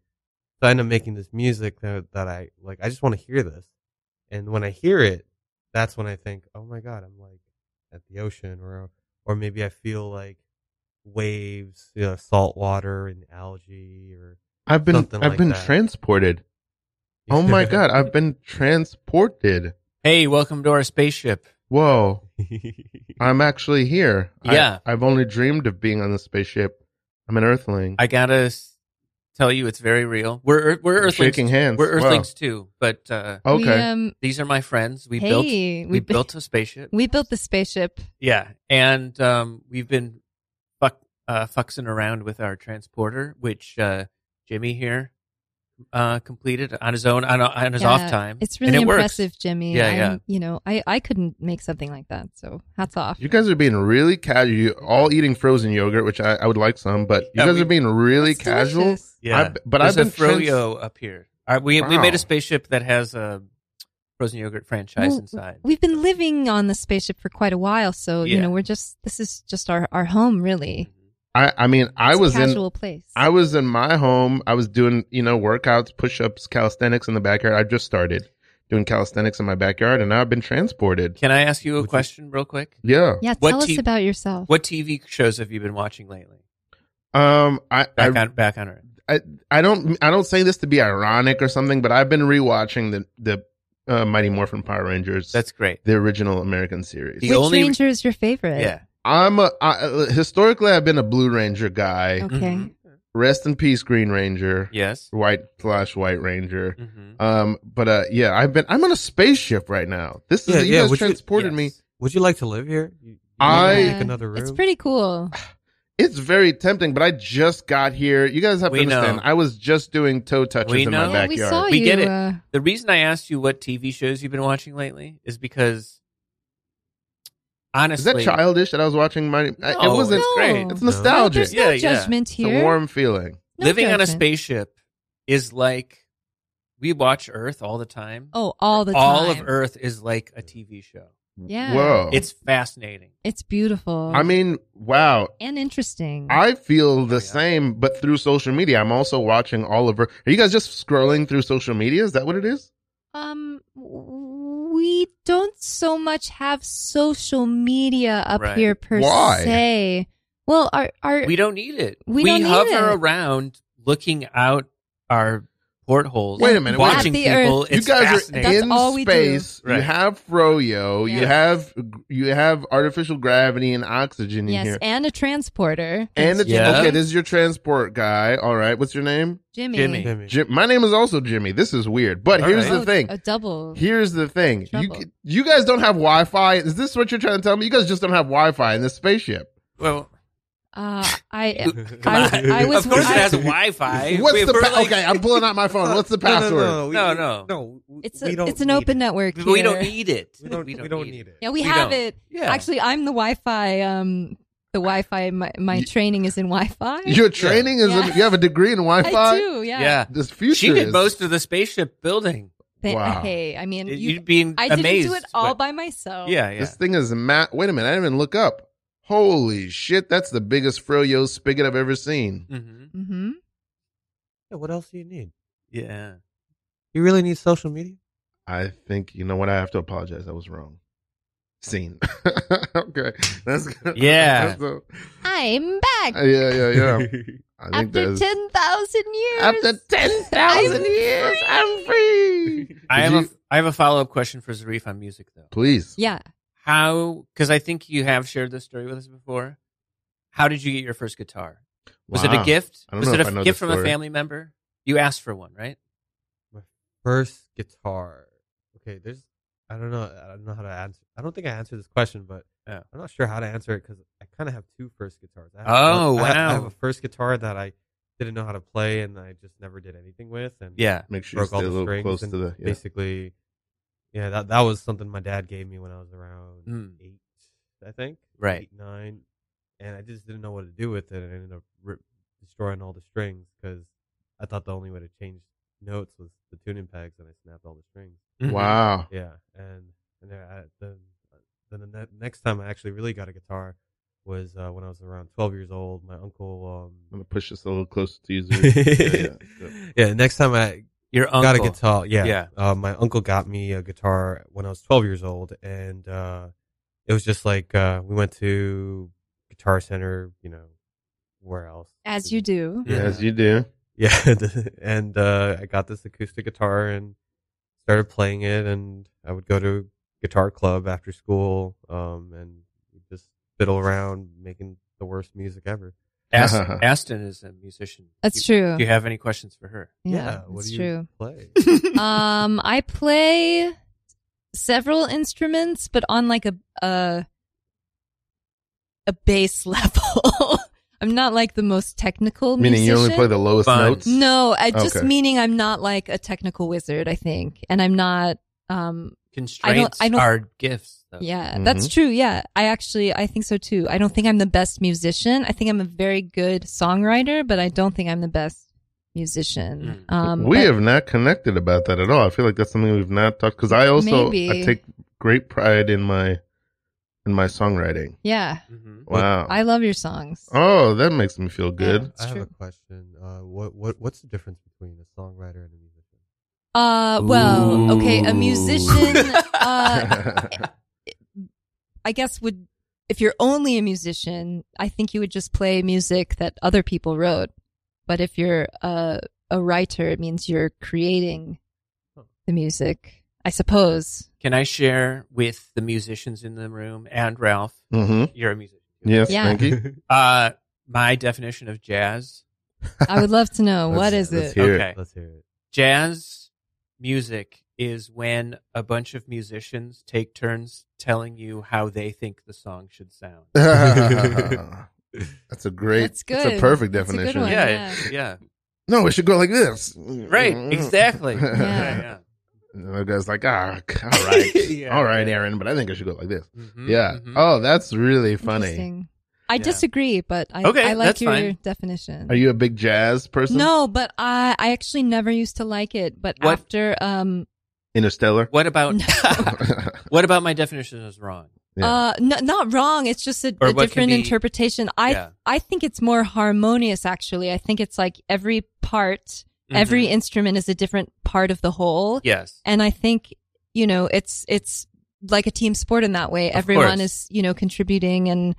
[SPEAKER 5] so I end up making this music that that I like. I just want to hear this, and when I hear it, that's when I think, oh my god, I'm like at the ocean, or or maybe I feel like waves, you know, salt water and algae, or
[SPEAKER 2] I've been I've
[SPEAKER 5] something like
[SPEAKER 2] been
[SPEAKER 5] that.
[SPEAKER 2] transported. Oh my god, I've been transported.
[SPEAKER 4] Hey, welcome to our spaceship.
[SPEAKER 2] Whoa, I'm actually here. I-
[SPEAKER 4] Yeah.
[SPEAKER 2] I've only dreamed of being on the spaceship. I'm an Earthling.
[SPEAKER 4] I gotta s- tell you, it's very real. We're ear- we're
[SPEAKER 2] We're
[SPEAKER 4] Earthlings.
[SPEAKER 2] shaking hands.
[SPEAKER 4] We're
[SPEAKER 2] Wow.
[SPEAKER 4] Earthlings too, but uh,
[SPEAKER 3] We,
[SPEAKER 2] Okay.
[SPEAKER 3] um,
[SPEAKER 4] these are my friends. We
[SPEAKER 3] hey,
[SPEAKER 4] built we,
[SPEAKER 3] we, bu-
[SPEAKER 4] built a spaceship.
[SPEAKER 3] we built the spaceship.
[SPEAKER 4] yeah, and um, we've been fuck uh, fucksing around with our transporter, which uh, Jimmy here uh, completed on his own on, on his
[SPEAKER 3] Yeah,
[SPEAKER 4] off time.
[SPEAKER 3] It's
[SPEAKER 4] And
[SPEAKER 3] really
[SPEAKER 4] it works.
[SPEAKER 3] impressive, Jimmy.
[SPEAKER 4] Yeah,
[SPEAKER 3] I'm-
[SPEAKER 4] yeah.
[SPEAKER 3] You know, I I couldn't make something like that. So hats off.
[SPEAKER 2] You guys are being really casual. You all eating frozen yogurt, which I, I would like some, but you
[SPEAKER 4] Yeah,
[SPEAKER 2] guys
[SPEAKER 4] we-
[SPEAKER 2] are being really
[SPEAKER 3] That's
[SPEAKER 2] casual.
[SPEAKER 3] delicious.
[SPEAKER 4] Yeah,
[SPEAKER 2] I- but I've
[SPEAKER 4] There's
[SPEAKER 2] been
[SPEAKER 4] a froyo up here. All right, we we
[SPEAKER 2] Wow.
[SPEAKER 4] made a spaceship that has a frozen yogurt franchise
[SPEAKER 3] Well,
[SPEAKER 4] inside.
[SPEAKER 3] We've been living on the spaceship for quite a while, so you
[SPEAKER 4] Yeah.
[SPEAKER 3] know we're just this is just our our home really.
[SPEAKER 4] Mm-hmm.
[SPEAKER 2] I, I mean, I
[SPEAKER 3] It's
[SPEAKER 2] was
[SPEAKER 3] a
[SPEAKER 2] in
[SPEAKER 3] casual place.
[SPEAKER 2] I was in my home. I was doing, you know, workouts, push ups, calisthenics in the backyard. I just started doing calisthenics in my backyard and now I've been transported.
[SPEAKER 4] Can I ask you a
[SPEAKER 5] Would you-
[SPEAKER 4] question real quick?
[SPEAKER 2] Yeah.
[SPEAKER 3] yeah,
[SPEAKER 4] What
[SPEAKER 3] tell us
[SPEAKER 4] te-
[SPEAKER 3] about yourself.
[SPEAKER 4] What TV shows have you been watching lately?
[SPEAKER 2] Um, I,
[SPEAKER 4] Back
[SPEAKER 2] I,
[SPEAKER 4] on back on Earth.
[SPEAKER 2] I don't, I don't say this to be ironic or something, but I've been rewatching the, the, uh, Mighty Morphin Power Rangers.
[SPEAKER 4] That's great.
[SPEAKER 2] the original American series.
[SPEAKER 4] The
[SPEAKER 3] Which
[SPEAKER 4] only-
[SPEAKER 3] ranger is your favorite?
[SPEAKER 4] Yeah.
[SPEAKER 2] I'm a, I, uh, historically, I've been a Blue Ranger guy.
[SPEAKER 3] Okay.
[SPEAKER 4] Mhm.
[SPEAKER 2] Rest in peace, Green Ranger.
[SPEAKER 4] Yes.
[SPEAKER 2] White slash White Ranger.
[SPEAKER 4] Mm-hmm.
[SPEAKER 2] Um, but uh, yeah, I've been. I'm on a spaceship right now. This is
[SPEAKER 5] Yeah,
[SPEAKER 2] you
[SPEAKER 5] yeah,
[SPEAKER 2] guys
[SPEAKER 5] would you-
[SPEAKER 2] transported me.
[SPEAKER 5] Would you like to live here? You, you
[SPEAKER 2] I-
[SPEAKER 5] wanna take another room.
[SPEAKER 3] It's pretty cool.
[SPEAKER 2] It's very tempting, but I just got here. You guys have
[SPEAKER 4] We
[SPEAKER 2] to understand.
[SPEAKER 4] know.
[SPEAKER 2] I was just doing toe touches
[SPEAKER 4] We
[SPEAKER 2] in
[SPEAKER 4] know.
[SPEAKER 2] my
[SPEAKER 3] yeah, Oh, we
[SPEAKER 2] backyard.
[SPEAKER 3] saw
[SPEAKER 4] We
[SPEAKER 3] you.
[SPEAKER 4] get it.
[SPEAKER 3] Uh,
[SPEAKER 4] The reason I asked you what TV shows you've been watching lately is because
[SPEAKER 2] is
[SPEAKER 4] honestly,
[SPEAKER 2] that childish that I was watching? My I- it
[SPEAKER 4] No,
[SPEAKER 2] wasn't.
[SPEAKER 4] it's great.
[SPEAKER 3] No.
[SPEAKER 2] It's
[SPEAKER 5] No.
[SPEAKER 3] no,
[SPEAKER 2] nostalgic.
[SPEAKER 3] there's
[SPEAKER 2] It's
[SPEAKER 4] Yeah,
[SPEAKER 3] no
[SPEAKER 4] yeah.
[SPEAKER 3] judgment here.
[SPEAKER 2] a warm feeling.
[SPEAKER 3] No
[SPEAKER 4] living on a
[SPEAKER 3] judgment.
[SPEAKER 4] spaceship is like we watch Earth all the time.
[SPEAKER 3] Oh, all the time.
[SPEAKER 4] all of Earth is like a TV show.
[SPEAKER 3] Yeah.
[SPEAKER 2] Whoa.
[SPEAKER 4] It's fascinating.
[SPEAKER 3] It's beautiful.
[SPEAKER 2] I mean, wow.
[SPEAKER 3] and interesting.
[SPEAKER 2] I feel the
[SPEAKER 4] yeah.
[SPEAKER 2] same, but through social media. I'm also watching Oliver. Are you guys just scrolling through social media? Is that what it is?
[SPEAKER 3] Um, we don't so much have social media up
[SPEAKER 4] Right.
[SPEAKER 3] here per
[SPEAKER 2] Why?
[SPEAKER 3] se. Well, our our
[SPEAKER 4] We don't need it.
[SPEAKER 3] We don't need
[SPEAKER 4] hover
[SPEAKER 3] it.
[SPEAKER 4] around looking out our portholes.
[SPEAKER 2] Wait a minute, wait a
[SPEAKER 4] Watching
[SPEAKER 3] minute. At the
[SPEAKER 4] people.
[SPEAKER 2] you
[SPEAKER 4] It's
[SPEAKER 2] guys are
[SPEAKER 4] fascinating.
[SPEAKER 3] That's
[SPEAKER 2] in
[SPEAKER 3] all we do.
[SPEAKER 2] space. You
[SPEAKER 4] Right.
[SPEAKER 2] have froyo. You
[SPEAKER 3] Yes.
[SPEAKER 2] have you have artificial gravity and oxygen in
[SPEAKER 3] yes,
[SPEAKER 2] here.
[SPEAKER 3] and a transporter.
[SPEAKER 2] And it's
[SPEAKER 4] Yeah.
[SPEAKER 2] okay. This is your transport guy. All right. What's your name?
[SPEAKER 3] Jimmy.
[SPEAKER 4] Jimmy.
[SPEAKER 5] Jimmy.
[SPEAKER 2] Jim. My name is also Jimmy. This is weird. But
[SPEAKER 4] All
[SPEAKER 2] here's
[SPEAKER 4] right.
[SPEAKER 3] Oh,
[SPEAKER 2] the thing.
[SPEAKER 3] A double.
[SPEAKER 2] Here's the thing. You
[SPEAKER 3] Trouble.
[SPEAKER 2] c- you guys don't have Wi Fi. Is this what you're trying to tell me? You guys just don't have Wi Fi in this spaceship.
[SPEAKER 4] Well,
[SPEAKER 3] Uh, I
[SPEAKER 4] Come
[SPEAKER 3] I-
[SPEAKER 4] on.
[SPEAKER 3] I was-
[SPEAKER 4] of course,
[SPEAKER 3] I-
[SPEAKER 4] it has Wi-Fi.
[SPEAKER 2] What's
[SPEAKER 4] We-
[SPEAKER 2] the
[SPEAKER 4] we're
[SPEAKER 2] pa-
[SPEAKER 4] like-
[SPEAKER 2] okay? I'm pulling out my phone. What's the password?
[SPEAKER 4] No,
[SPEAKER 5] No,
[SPEAKER 4] no.
[SPEAKER 5] no, no. No, we-
[SPEAKER 3] it's
[SPEAKER 5] we
[SPEAKER 3] a,
[SPEAKER 5] don't
[SPEAKER 3] it's an
[SPEAKER 5] need
[SPEAKER 3] open
[SPEAKER 5] it.
[SPEAKER 3] network.
[SPEAKER 4] we don't
[SPEAKER 3] here.
[SPEAKER 4] need it.
[SPEAKER 5] We don't, we don't, need it.
[SPEAKER 3] Yeah, we,
[SPEAKER 4] We
[SPEAKER 3] have
[SPEAKER 4] don't.
[SPEAKER 3] it.
[SPEAKER 4] Yeah.
[SPEAKER 3] Actually, I'm the Wi-Fi. Um, the Wi-Fi. My, my
[SPEAKER 2] You-
[SPEAKER 3] training is in Wi-Fi.
[SPEAKER 2] Your training is
[SPEAKER 3] Yeah.
[SPEAKER 2] you have a degree in
[SPEAKER 3] I
[SPEAKER 2] Wi-Fi.
[SPEAKER 3] do. Yeah.
[SPEAKER 4] yeah.
[SPEAKER 2] This future
[SPEAKER 4] She did
[SPEAKER 2] is-
[SPEAKER 4] most of the spaceship building.
[SPEAKER 3] Th-
[SPEAKER 2] Wow.
[SPEAKER 3] Hey, I mean, you,
[SPEAKER 4] You'd be
[SPEAKER 3] I didn't
[SPEAKER 4] amazed.
[SPEAKER 3] do it all
[SPEAKER 4] what-
[SPEAKER 3] by myself.
[SPEAKER 4] Yeah, yeah.
[SPEAKER 2] This thing is ma Wait a minute, I didn't even look up. Holy shit, that's the biggest froyo spigot I've ever seen.
[SPEAKER 4] hmm
[SPEAKER 3] Mm-hmm.
[SPEAKER 5] Yeah, what else do you need?
[SPEAKER 4] Yeah.
[SPEAKER 5] You really need social media?
[SPEAKER 2] I think you know what. I have to apologize. I was wrong. Scene. okay, that's good.
[SPEAKER 4] Yeah.
[SPEAKER 2] That's a-
[SPEAKER 3] I'm back
[SPEAKER 2] uh, yeah, yeah, yeah. I think
[SPEAKER 3] after
[SPEAKER 2] there's
[SPEAKER 3] ten thousand years.
[SPEAKER 2] after ten thousand
[SPEAKER 3] I'm
[SPEAKER 2] years,
[SPEAKER 3] free.
[SPEAKER 2] I'm free.
[SPEAKER 4] I
[SPEAKER 2] Did
[SPEAKER 4] have,
[SPEAKER 2] you-
[SPEAKER 4] a, I have a follow-up question for Zarif on music, though.
[SPEAKER 2] please.
[SPEAKER 3] Yeah.
[SPEAKER 4] How, because I think you have shared this story with us before. How did you get your first guitar? Was it
[SPEAKER 2] Wow.
[SPEAKER 4] a gift?
[SPEAKER 2] I don't
[SPEAKER 4] was
[SPEAKER 2] know
[SPEAKER 4] it
[SPEAKER 2] if
[SPEAKER 4] a
[SPEAKER 2] I know
[SPEAKER 4] gift
[SPEAKER 2] this
[SPEAKER 4] from a
[SPEAKER 2] story.
[SPEAKER 4] family member? You asked for one, right?
[SPEAKER 5] First guitar. Okay, there's. I don't know. I don't know how to answer. I don't think I answered this question, but
[SPEAKER 4] Yeah.
[SPEAKER 5] I'm not sure how to answer it because I kind of have two first guitars. I have
[SPEAKER 4] Oh,
[SPEAKER 5] I, I have
[SPEAKER 4] wow.
[SPEAKER 5] a first guitar that I didn't know how to play and I just never did anything with, and
[SPEAKER 4] Yeah.
[SPEAKER 2] Make sure you
[SPEAKER 5] broke
[SPEAKER 2] stay
[SPEAKER 5] all
[SPEAKER 2] a
[SPEAKER 5] the
[SPEAKER 2] little
[SPEAKER 5] strings.
[SPEAKER 2] close to
[SPEAKER 5] and
[SPEAKER 2] the. Yeah.
[SPEAKER 5] basically, yeah, that that was something my dad gave me when I was around
[SPEAKER 4] Mm.
[SPEAKER 5] eight, I think.
[SPEAKER 4] Right.
[SPEAKER 5] Eight, nine. And I just didn't know what to do with it. And I ended up rip, destroying all the strings because I thought the only way to change notes was the tuning pegs, and I snapped all the strings.
[SPEAKER 2] Mm-hmm. Wow.
[SPEAKER 5] Yeah. And, and then, I, then, then the ne- next time I actually really got a guitar was uh, when I was around 12 years old. My uncle.
[SPEAKER 2] I'm
[SPEAKER 5] Um,
[SPEAKER 2] gonna push this a little closer to you.
[SPEAKER 5] yeah,
[SPEAKER 2] Zuri. yeah, yeah.
[SPEAKER 5] the next time I
[SPEAKER 4] Your uncle.
[SPEAKER 5] got a guitar. Yeah.
[SPEAKER 4] Yeah.
[SPEAKER 5] Uh, my uncle got me a guitar when I was 12 years old. And uh, it was just like uh, we went to Guitar Center, you know, where else?
[SPEAKER 3] As you do.
[SPEAKER 4] Yeah.
[SPEAKER 2] Yes, you do.
[SPEAKER 5] Yeah. and uh, I got this acoustic guitar and started playing it. And I would go to guitar club after school um, and just fiddle around making the worst music ever.
[SPEAKER 4] Ast- Aston is a musician.
[SPEAKER 3] That's
[SPEAKER 4] Do-
[SPEAKER 3] true.
[SPEAKER 4] Do you have any questions for her?
[SPEAKER 3] Yeah,
[SPEAKER 5] what
[SPEAKER 3] that's
[SPEAKER 5] do
[SPEAKER 3] true.
[SPEAKER 5] you play?
[SPEAKER 3] um, I play several instruments, but on like a a, a base level. I'm not like the most technical.
[SPEAKER 2] Meaning you only
[SPEAKER 3] musician.
[SPEAKER 2] play the lowest
[SPEAKER 4] Fun.
[SPEAKER 2] notes.
[SPEAKER 3] No, I just
[SPEAKER 2] Okay.
[SPEAKER 3] meaning I'm not like a technical wizard. I think, and I'm not. Um,
[SPEAKER 4] Constraints
[SPEAKER 3] I don't-
[SPEAKER 4] are gifts. Though.
[SPEAKER 3] yeah,
[SPEAKER 2] Mm-hmm.
[SPEAKER 3] that's true. Yeah, I actually I think so too. I don't think I'm the best musician. I think I'm a very good songwriter, but I don't think I'm the best musician. Um,
[SPEAKER 2] we
[SPEAKER 3] but-
[SPEAKER 2] have not connected about that at all. I feel like that's something we've not talked because I also I
[SPEAKER 3] Maybe.
[SPEAKER 2] take great pride in my in my songwriting.
[SPEAKER 3] yeah.
[SPEAKER 4] hmm
[SPEAKER 2] Wow.
[SPEAKER 3] I love your songs.
[SPEAKER 2] oh, that makes me feel good.
[SPEAKER 3] It's
[SPEAKER 5] I have a
[SPEAKER 3] true.
[SPEAKER 5] question. Uh, what what what's the difference between a songwriter and a musician?
[SPEAKER 3] Uh, well, okay, a musician, uh, I guess would, if you're only a musician, I think you would just play music that other people wrote. But if you're a, a writer, it means you're creating the music, I suppose.
[SPEAKER 4] Can I share with the musicians in the room and Ralph?
[SPEAKER 2] hmm
[SPEAKER 4] You're a musician.
[SPEAKER 2] Yes,
[SPEAKER 3] Yeah.
[SPEAKER 2] thank you.
[SPEAKER 4] Uh, my definition of jazz.
[SPEAKER 3] I would love to know
[SPEAKER 5] Let's-
[SPEAKER 3] what is
[SPEAKER 5] let's
[SPEAKER 3] it?
[SPEAKER 2] hear it.
[SPEAKER 4] okay.
[SPEAKER 5] Let's hear it.
[SPEAKER 4] Jazz music is when a bunch of musicians take turns telling you how they think the song should sound.
[SPEAKER 2] that's a great.
[SPEAKER 3] That's good.
[SPEAKER 2] That's a perfect
[SPEAKER 3] That's a good
[SPEAKER 2] definition.
[SPEAKER 3] one.
[SPEAKER 4] yeah,
[SPEAKER 3] yeah.
[SPEAKER 4] it's- yeah.
[SPEAKER 2] No, it should go like this.
[SPEAKER 4] Right, exactly.
[SPEAKER 2] Yeah.
[SPEAKER 4] yeah.
[SPEAKER 2] And the guy's like, ah, all right,
[SPEAKER 4] Yeah.
[SPEAKER 2] all right, Aaron, but I think it should go like this.
[SPEAKER 4] Mhm,
[SPEAKER 2] yeah.
[SPEAKER 4] mhm.
[SPEAKER 2] Oh, that's really funny.
[SPEAKER 3] Interesting. I
[SPEAKER 4] Yeah.
[SPEAKER 3] disagree, but I,
[SPEAKER 4] Okay,
[SPEAKER 3] I like
[SPEAKER 4] that's
[SPEAKER 3] your
[SPEAKER 4] fine.
[SPEAKER 3] definition.
[SPEAKER 2] Are you a big jazz person?
[SPEAKER 3] no, but I, I actually never used to like it. But
[SPEAKER 4] What-
[SPEAKER 3] after, um,
[SPEAKER 2] Interstellar.
[SPEAKER 4] What about
[SPEAKER 2] yeah.
[SPEAKER 4] what about my definition is wrong?
[SPEAKER 3] Uh, no, not wrong. It's just a,
[SPEAKER 4] Or
[SPEAKER 3] a
[SPEAKER 4] what can
[SPEAKER 3] different
[SPEAKER 4] be-
[SPEAKER 3] interpretation. I
[SPEAKER 4] Yeah.
[SPEAKER 3] I think it's more harmonious. Actually, I think it's like every part, every
[SPEAKER 4] Mhm.
[SPEAKER 3] instrument is a different part of the whole,
[SPEAKER 4] yes.
[SPEAKER 3] and I think you know it's it's like a team sport in that way.
[SPEAKER 4] Of
[SPEAKER 3] Everyone
[SPEAKER 4] course.
[SPEAKER 3] is you know contributing, and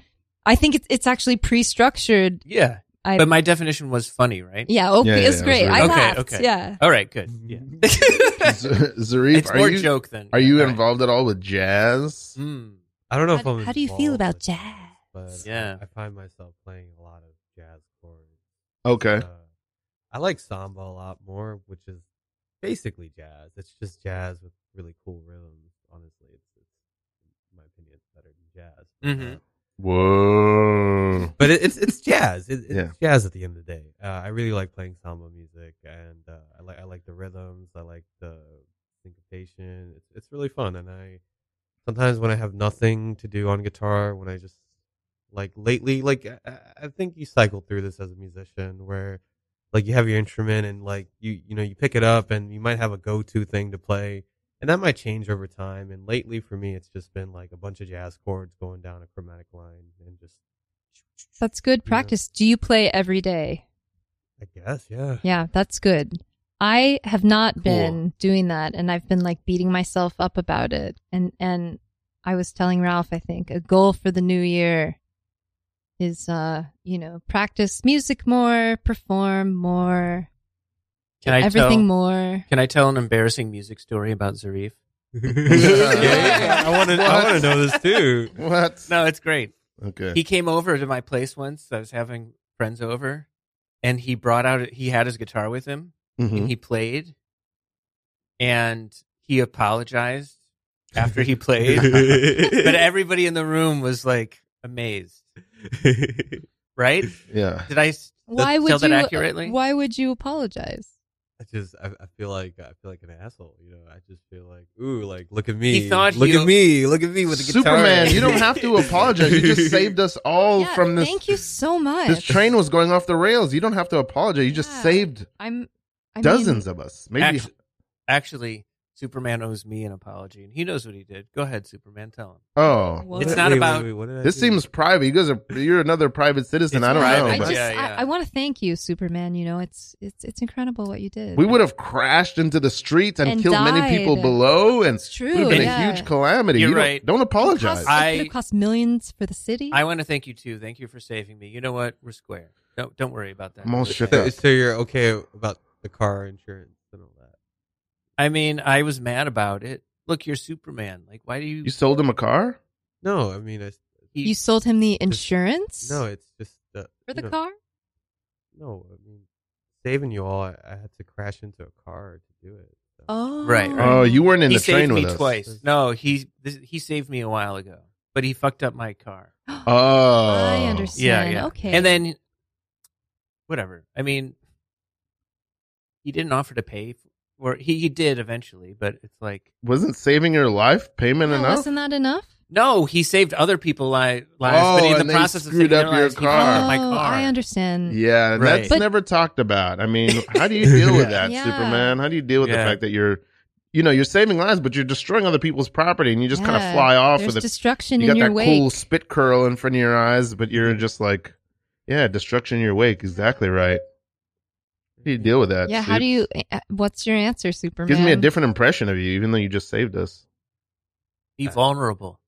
[SPEAKER 3] I think it's it's actually pre-structured.
[SPEAKER 4] Yeah.
[SPEAKER 3] I
[SPEAKER 4] But my definition was funny, right?
[SPEAKER 3] yeah, oh,
[SPEAKER 2] Yeah, yeah,
[SPEAKER 3] it's
[SPEAKER 2] yeah,
[SPEAKER 3] great.
[SPEAKER 2] it was
[SPEAKER 3] I
[SPEAKER 2] really-
[SPEAKER 4] Okay,
[SPEAKER 3] laughed.
[SPEAKER 4] okay.
[SPEAKER 3] Yeah,
[SPEAKER 4] All right, good. Yeah.
[SPEAKER 2] Z- Zarif,
[SPEAKER 4] it's
[SPEAKER 2] are
[SPEAKER 4] more
[SPEAKER 2] you
[SPEAKER 4] joke than
[SPEAKER 2] are you
[SPEAKER 4] all right.
[SPEAKER 2] involved at all with jazz?
[SPEAKER 4] Mm.
[SPEAKER 5] I don't know
[SPEAKER 3] How-
[SPEAKER 5] if I'm.
[SPEAKER 3] how do you feel
[SPEAKER 5] involved
[SPEAKER 3] about
[SPEAKER 5] with
[SPEAKER 3] jazz?
[SPEAKER 5] But
[SPEAKER 4] Yeah.
[SPEAKER 5] I, I find myself playing a lot of jazz chords.
[SPEAKER 2] Okay.
[SPEAKER 5] Uh, I like samba a lot more, which is basically jazz. It's just jazz with really cool rhythms. Honestly, it's, it's in my opinion, it's better than jazz. But,
[SPEAKER 4] Mhm.
[SPEAKER 5] uh,
[SPEAKER 2] Whoa.
[SPEAKER 5] but it, it's it's jazz. It, it's
[SPEAKER 2] Yeah.
[SPEAKER 5] jazz at the end of the day. Uh, I really like playing samba music, and uh, I like I like the rhythms. I like the syncopation. It's it's really fun, and I sometimes when I have nothing to do on guitar, when I just like lately, like I- I, I think you cycle through this as a musician, where like you have your instrument and like you you know you pick it up and you might have a go to thing to play. And that might change over time. And lately, for me, it's just been like a bunch of jazz chords going down a chromatic line and just
[SPEAKER 3] That's good
[SPEAKER 5] Yeah.
[SPEAKER 3] practice. Do you play every day?
[SPEAKER 5] I guess, yeah.
[SPEAKER 3] Yeah, that's good. I have not
[SPEAKER 5] Cool.
[SPEAKER 3] been doing that and I've been like beating myself up about it. And and I was telling Ralph, I think, a goal for the new year is uh, you know, practice music more, perform more,
[SPEAKER 4] Can I
[SPEAKER 3] everything
[SPEAKER 4] tell,
[SPEAKER 3] more.
[SPEAKER 4] Can I tell an embarrassing music story about Zarif?
[SPEAKER 5] Okay, I want to. I want to know this too.
[SPEAKER 2] What?
[SPEAKER 4] No, it's great.
[SPEAKER 2] Okay.
[SPEAKER 4] He came over to my place once. I was having friends over, and he brought out. He had his guitar with him,
[SPEAKER 2] Mhm.
[SPEAKER 4] and he played. And he apologized after he played, but everybody in the room was like amazed, right?
[SPEAKER 2] Yeah.
[SPEAKER 4] Did I? s-
[SPEAKER 3] Why
[SPEAKER 4] tell
[SPEAKER 3] would
[SPEAKER 4] that
[SPEAKER 3] you
[SPEAKER 4] accurately?
[SPEAKER 3] why would you apologize?
[SPEAKER 5] I just, I, I feel like, I feel like an asshole. You know, I just feel like, ooh, like look at me,
[SPEAKER 4] He thought
[SPEAKER 5] look
[SPEAKER 4] you-
[SPEAKER 5] at me, look at me with the guitar.
[SPEAKER 2] Superman, you don't have to apologize. You just saved us all
[SPEAKER 3] Yeah,
[SPEAKER 2] Oh, from this.
[SPEAKER 3] Thank you so much.
[SPEAKER 2] This train was going off the rails. You don't have to apologize. You just
[SPEAKER 3] Yeah.
[SPEAKER 2] saved
[SPEAKER 3] I'm I mean,
[SPEAKER 2] dozens of us. Maybe
[SPEAKER 4] Actu- actually, Superman owes me an apology, and he knows what he did. Go ahead, Superman. Tell him.
[SPEAKER 2] oh,
[SPEAKER 3] What?
[SPEAKER 4] It's not about-
[SPEAKER 5] what did I
[SPEAKER 2] this
[SPEAKER 5] do?
[SPEAKER 2] seems private. You guys are you're another private citizen.
[SPEAKER 4] It's
[SPEAKER 2] I don't
[SPEAKER 4] private,
[SPEAKER 2] know.
[SPEAKER 3] I
[SPEAKER 2] but-
[SPEAKER 3] just
[SPEAKER 4] Yeah, yeah.
[SPEAKER 3] I, I want to thank you, Superman. You know, it's it's it's incredible what you did.
[SPEAKER 2] we would have crashed into the streets and,
[SPEAKER 3] And
[SPEAKER 2] killed
[SPEAKER 3] died.
[SPEAKER 2] many people below, and
[SPEAKER 3] It's true,
[SPEAKER 2] Would have been
[SPEAKER 3] yeah.
[SPEAKER 2] a huge calamity.
[SPEAKER 4] You're
[SPEAKER 2] You don't-
[SPEAKER 4] right.
[SPEAKER 2] Don't,
[SPEAKER 3] Cost,
[SPEAKER 2] apologize.
[SPEAKER 3] it
[SPEAKER 4] I-
[SPEAKER 3] could have cost millions for the city.
[SPEAKER 4] I want to thank you too. Thank you for saving me. You know what? We're square. No, don't worry about that.
[SPEAKER 2] Come on, shut
[SPEAKER 5] So,
[SPEAKER 2] up.
[SPEAKER 5] so you're okay about the car insurance and all that?
[SPEAKER 4] I mean, I was mad about it. Look, you're Superman. Like, why do you?
[SPEAKER 2] you sold him a car.
[SPEAKER 5] No, I mean, it's
[SPEAKER 3] you sold him the insurance
[SPEAKER 5] no, it's just uh,
[SPEAKER 3] for the
[SPEAKER 5] you know,
[SPEAKER 3] car.
[SPEAKER 5] No, I mean, saving you all, I, I had to crash into a car to do it. so.
[SPEAKER 3] Oh,
[SPEAKER 4] Right, right.
[SPEAKER 2] Oh, you weren't in
[SPEAKER 4] he
[SPEAKER 2] the train
[SPEAKER 4] saved
[SPEAKER 2] with
[SPEAKER 4] me
[SPEAKER 2] us.
[SPEAKER 4] twice. No, he this, he saved me a while ago, but he fucked up my car.
[SPEAKER 2] Oh,
[SPEAKER 3] I understand.
[SPEAKER 4] Yeah, yeah.
[SPEAKER 3] Okay,
[SPEAKER 4] And then, whatever. I mean, he didn't offer to pay, f- or he, he did eventually, but it's like
[SPEAKER 2] Wasn't saving your life payment
[SPEAKER 3] Yeah,
[SPEAKER 2] enough?
[SPEAKER 3] wasn't that enough?
[SPEAKER 4] no, he saved other people li- lives,
[SPEAKER 2] Oh,
[SPEAKER 4] but
[SPEAKER 2] and
[SPEAKER 4] in the
[SPEAKER 2] they
[SPEAKER 4] process of
[SPEAKER 2] screwed
[SPEAKER 4] saving their
[SPEAKER 2] up your
[SPEAKER 4] lives, he
[SPEAKER 2] car.
[SPEAKER 4] fucked up my
[SPEAKER 3] Oh,
[SPEAKER 4] car.
[SPEAKER 3] I understand.
[SPEAKER 2] Yeah, and
[SPEAKER 4] Right.
[SPEAKER 2] that's
[SPEAKER 3] But-
[SPEAKER 2] never talked about. I mean, how do you deal with that,
[SPEAKER 3] Yeah.
[SPEAKER 2] Superman? How do you deal with the
[SPEAKER 4] Yeah.
[SPEAKER 2] fact that you're, you know, you're saving lives, but you're destroying other people's property, and you just kind of
[SPEAKER 3] Yeah.
[SPEAKER 2] fly off
[SPEAKER 3] There's
[SPEAKER 2] with it.
[SPEAKER 3] destruction
[SPEAKER 2] You
[SPEAKER 3] in
[SPEAKER 2] got
[SPEAKER 3] your
[SPEAKER 2] that
[SPEAKER 3] wake.
[SPEAKER 2] cool spit curl in front of your eyes, but you're just like, yeah, destruction in your wake. Exactly right. How do you deal with that?
[SPEAKER 3] yeah. How
[SPEAKER 2] Sup?
[SPEAKER 3] do you? uh, What's your answer, Superman?
[SPEAKER 2] Gives me a different impression of you, even though you just saved us.
[SPEAKER 4] Be vulnerable.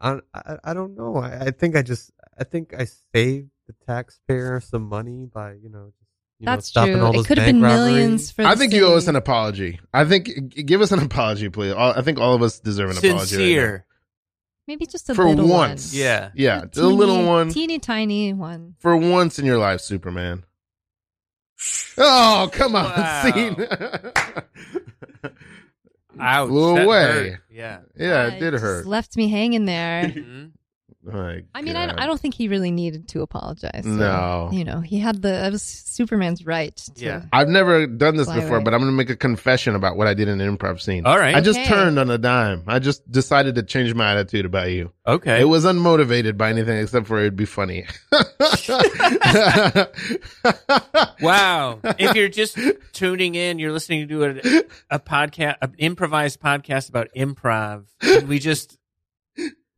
[SPEAKER 5] I, I, I don't know. I, I think I just I think I saved the taxpayer some money by you know just you know,
[SPEAKER 3] That's
[SPEAKER 5] stopping
[SPEAKER 3] true.
[SPEAKER 5] all those
[SPEAKER 3] it could have
[SPEAKER 5] bank
[SPEAKER 3] been
[SPEAKER 5] robberies.
[SPEAKER 3] millions for.
[SPEAKER 2] I
[SPEAKER 3] the
[SPEAKER 2] think you owe us
[SPEAKER 3] city.
[SPEAKER 2] an apology. I think g- give us an apology, please. All, I think all of us deserve an apology. right now.
[SPEAKER 4] Sincere.
[SPEAKER 3] maybe just a
[SPEAKER 2] for
[SPEAKER 3] little
[SPEAKER 2] once.
[SPEAKER 3] One.
[SPEAKER 4] Yeah.
[SPEAKER 2] yeah, the little
[SPEAKER 3] teeny-
[SPEAKER 2] one.
[SPEAKER 3] teeny tiny one.
[SPEAKER 2] for once in your life, Superman. Oh, come on,
[SPEAKER 4] Wow.
[SPEAKER 2] scene.
[SPEAKER 4] Ouch.
[SPEAKER 2] Blew
[SPEAKER 4] that
[SPEAKER 2] away.
[SPEAKER 4] hurt. Yeah.
[SPEAKER 2] yeah,
[SPEAKER 3] Uh,
[SPEAKER 2] it did
[SPEAKER 3] just
[SPEAKER 2] hurt.
[SPEAKER 3] Left me hanging there.
[SPEAKER 4] Mhm.
[SPEAKER 2] My
[SPEAKER 3] I mean, I don't,
[SPEAKER 2] God.
[SPEAKER 3] I don't think he really needed to apologize. so,
[SPEAKER 2] No.
[SPEAKER 3] you know, he had the that was Superman's right. To,
[SPEAKER 4] Yeah.
[SPEAKER 2] I've never done this
[SPEAKER 3] Fly
[SPEAKER 2] before,
[SPEAKER 3] away.
[SPEAKER 2] but I'm going to make a confession about what I did in an improv scene.
[SPEAKER 4] All right.
[SPEAKER 2] I just
[SPEAKER 3] Okay.
[SPEAKER 2] turned on a dime. I just decided to change my attitude about you.
[SPEAKER 4] okay.
[SPEAKER 2] It was unmotivated by anything except for it would be funny.
[SPEAKER 4] Wow. if you're just tuning in, you're listening to a, a podcast, an improvised podcast about improv. And we just,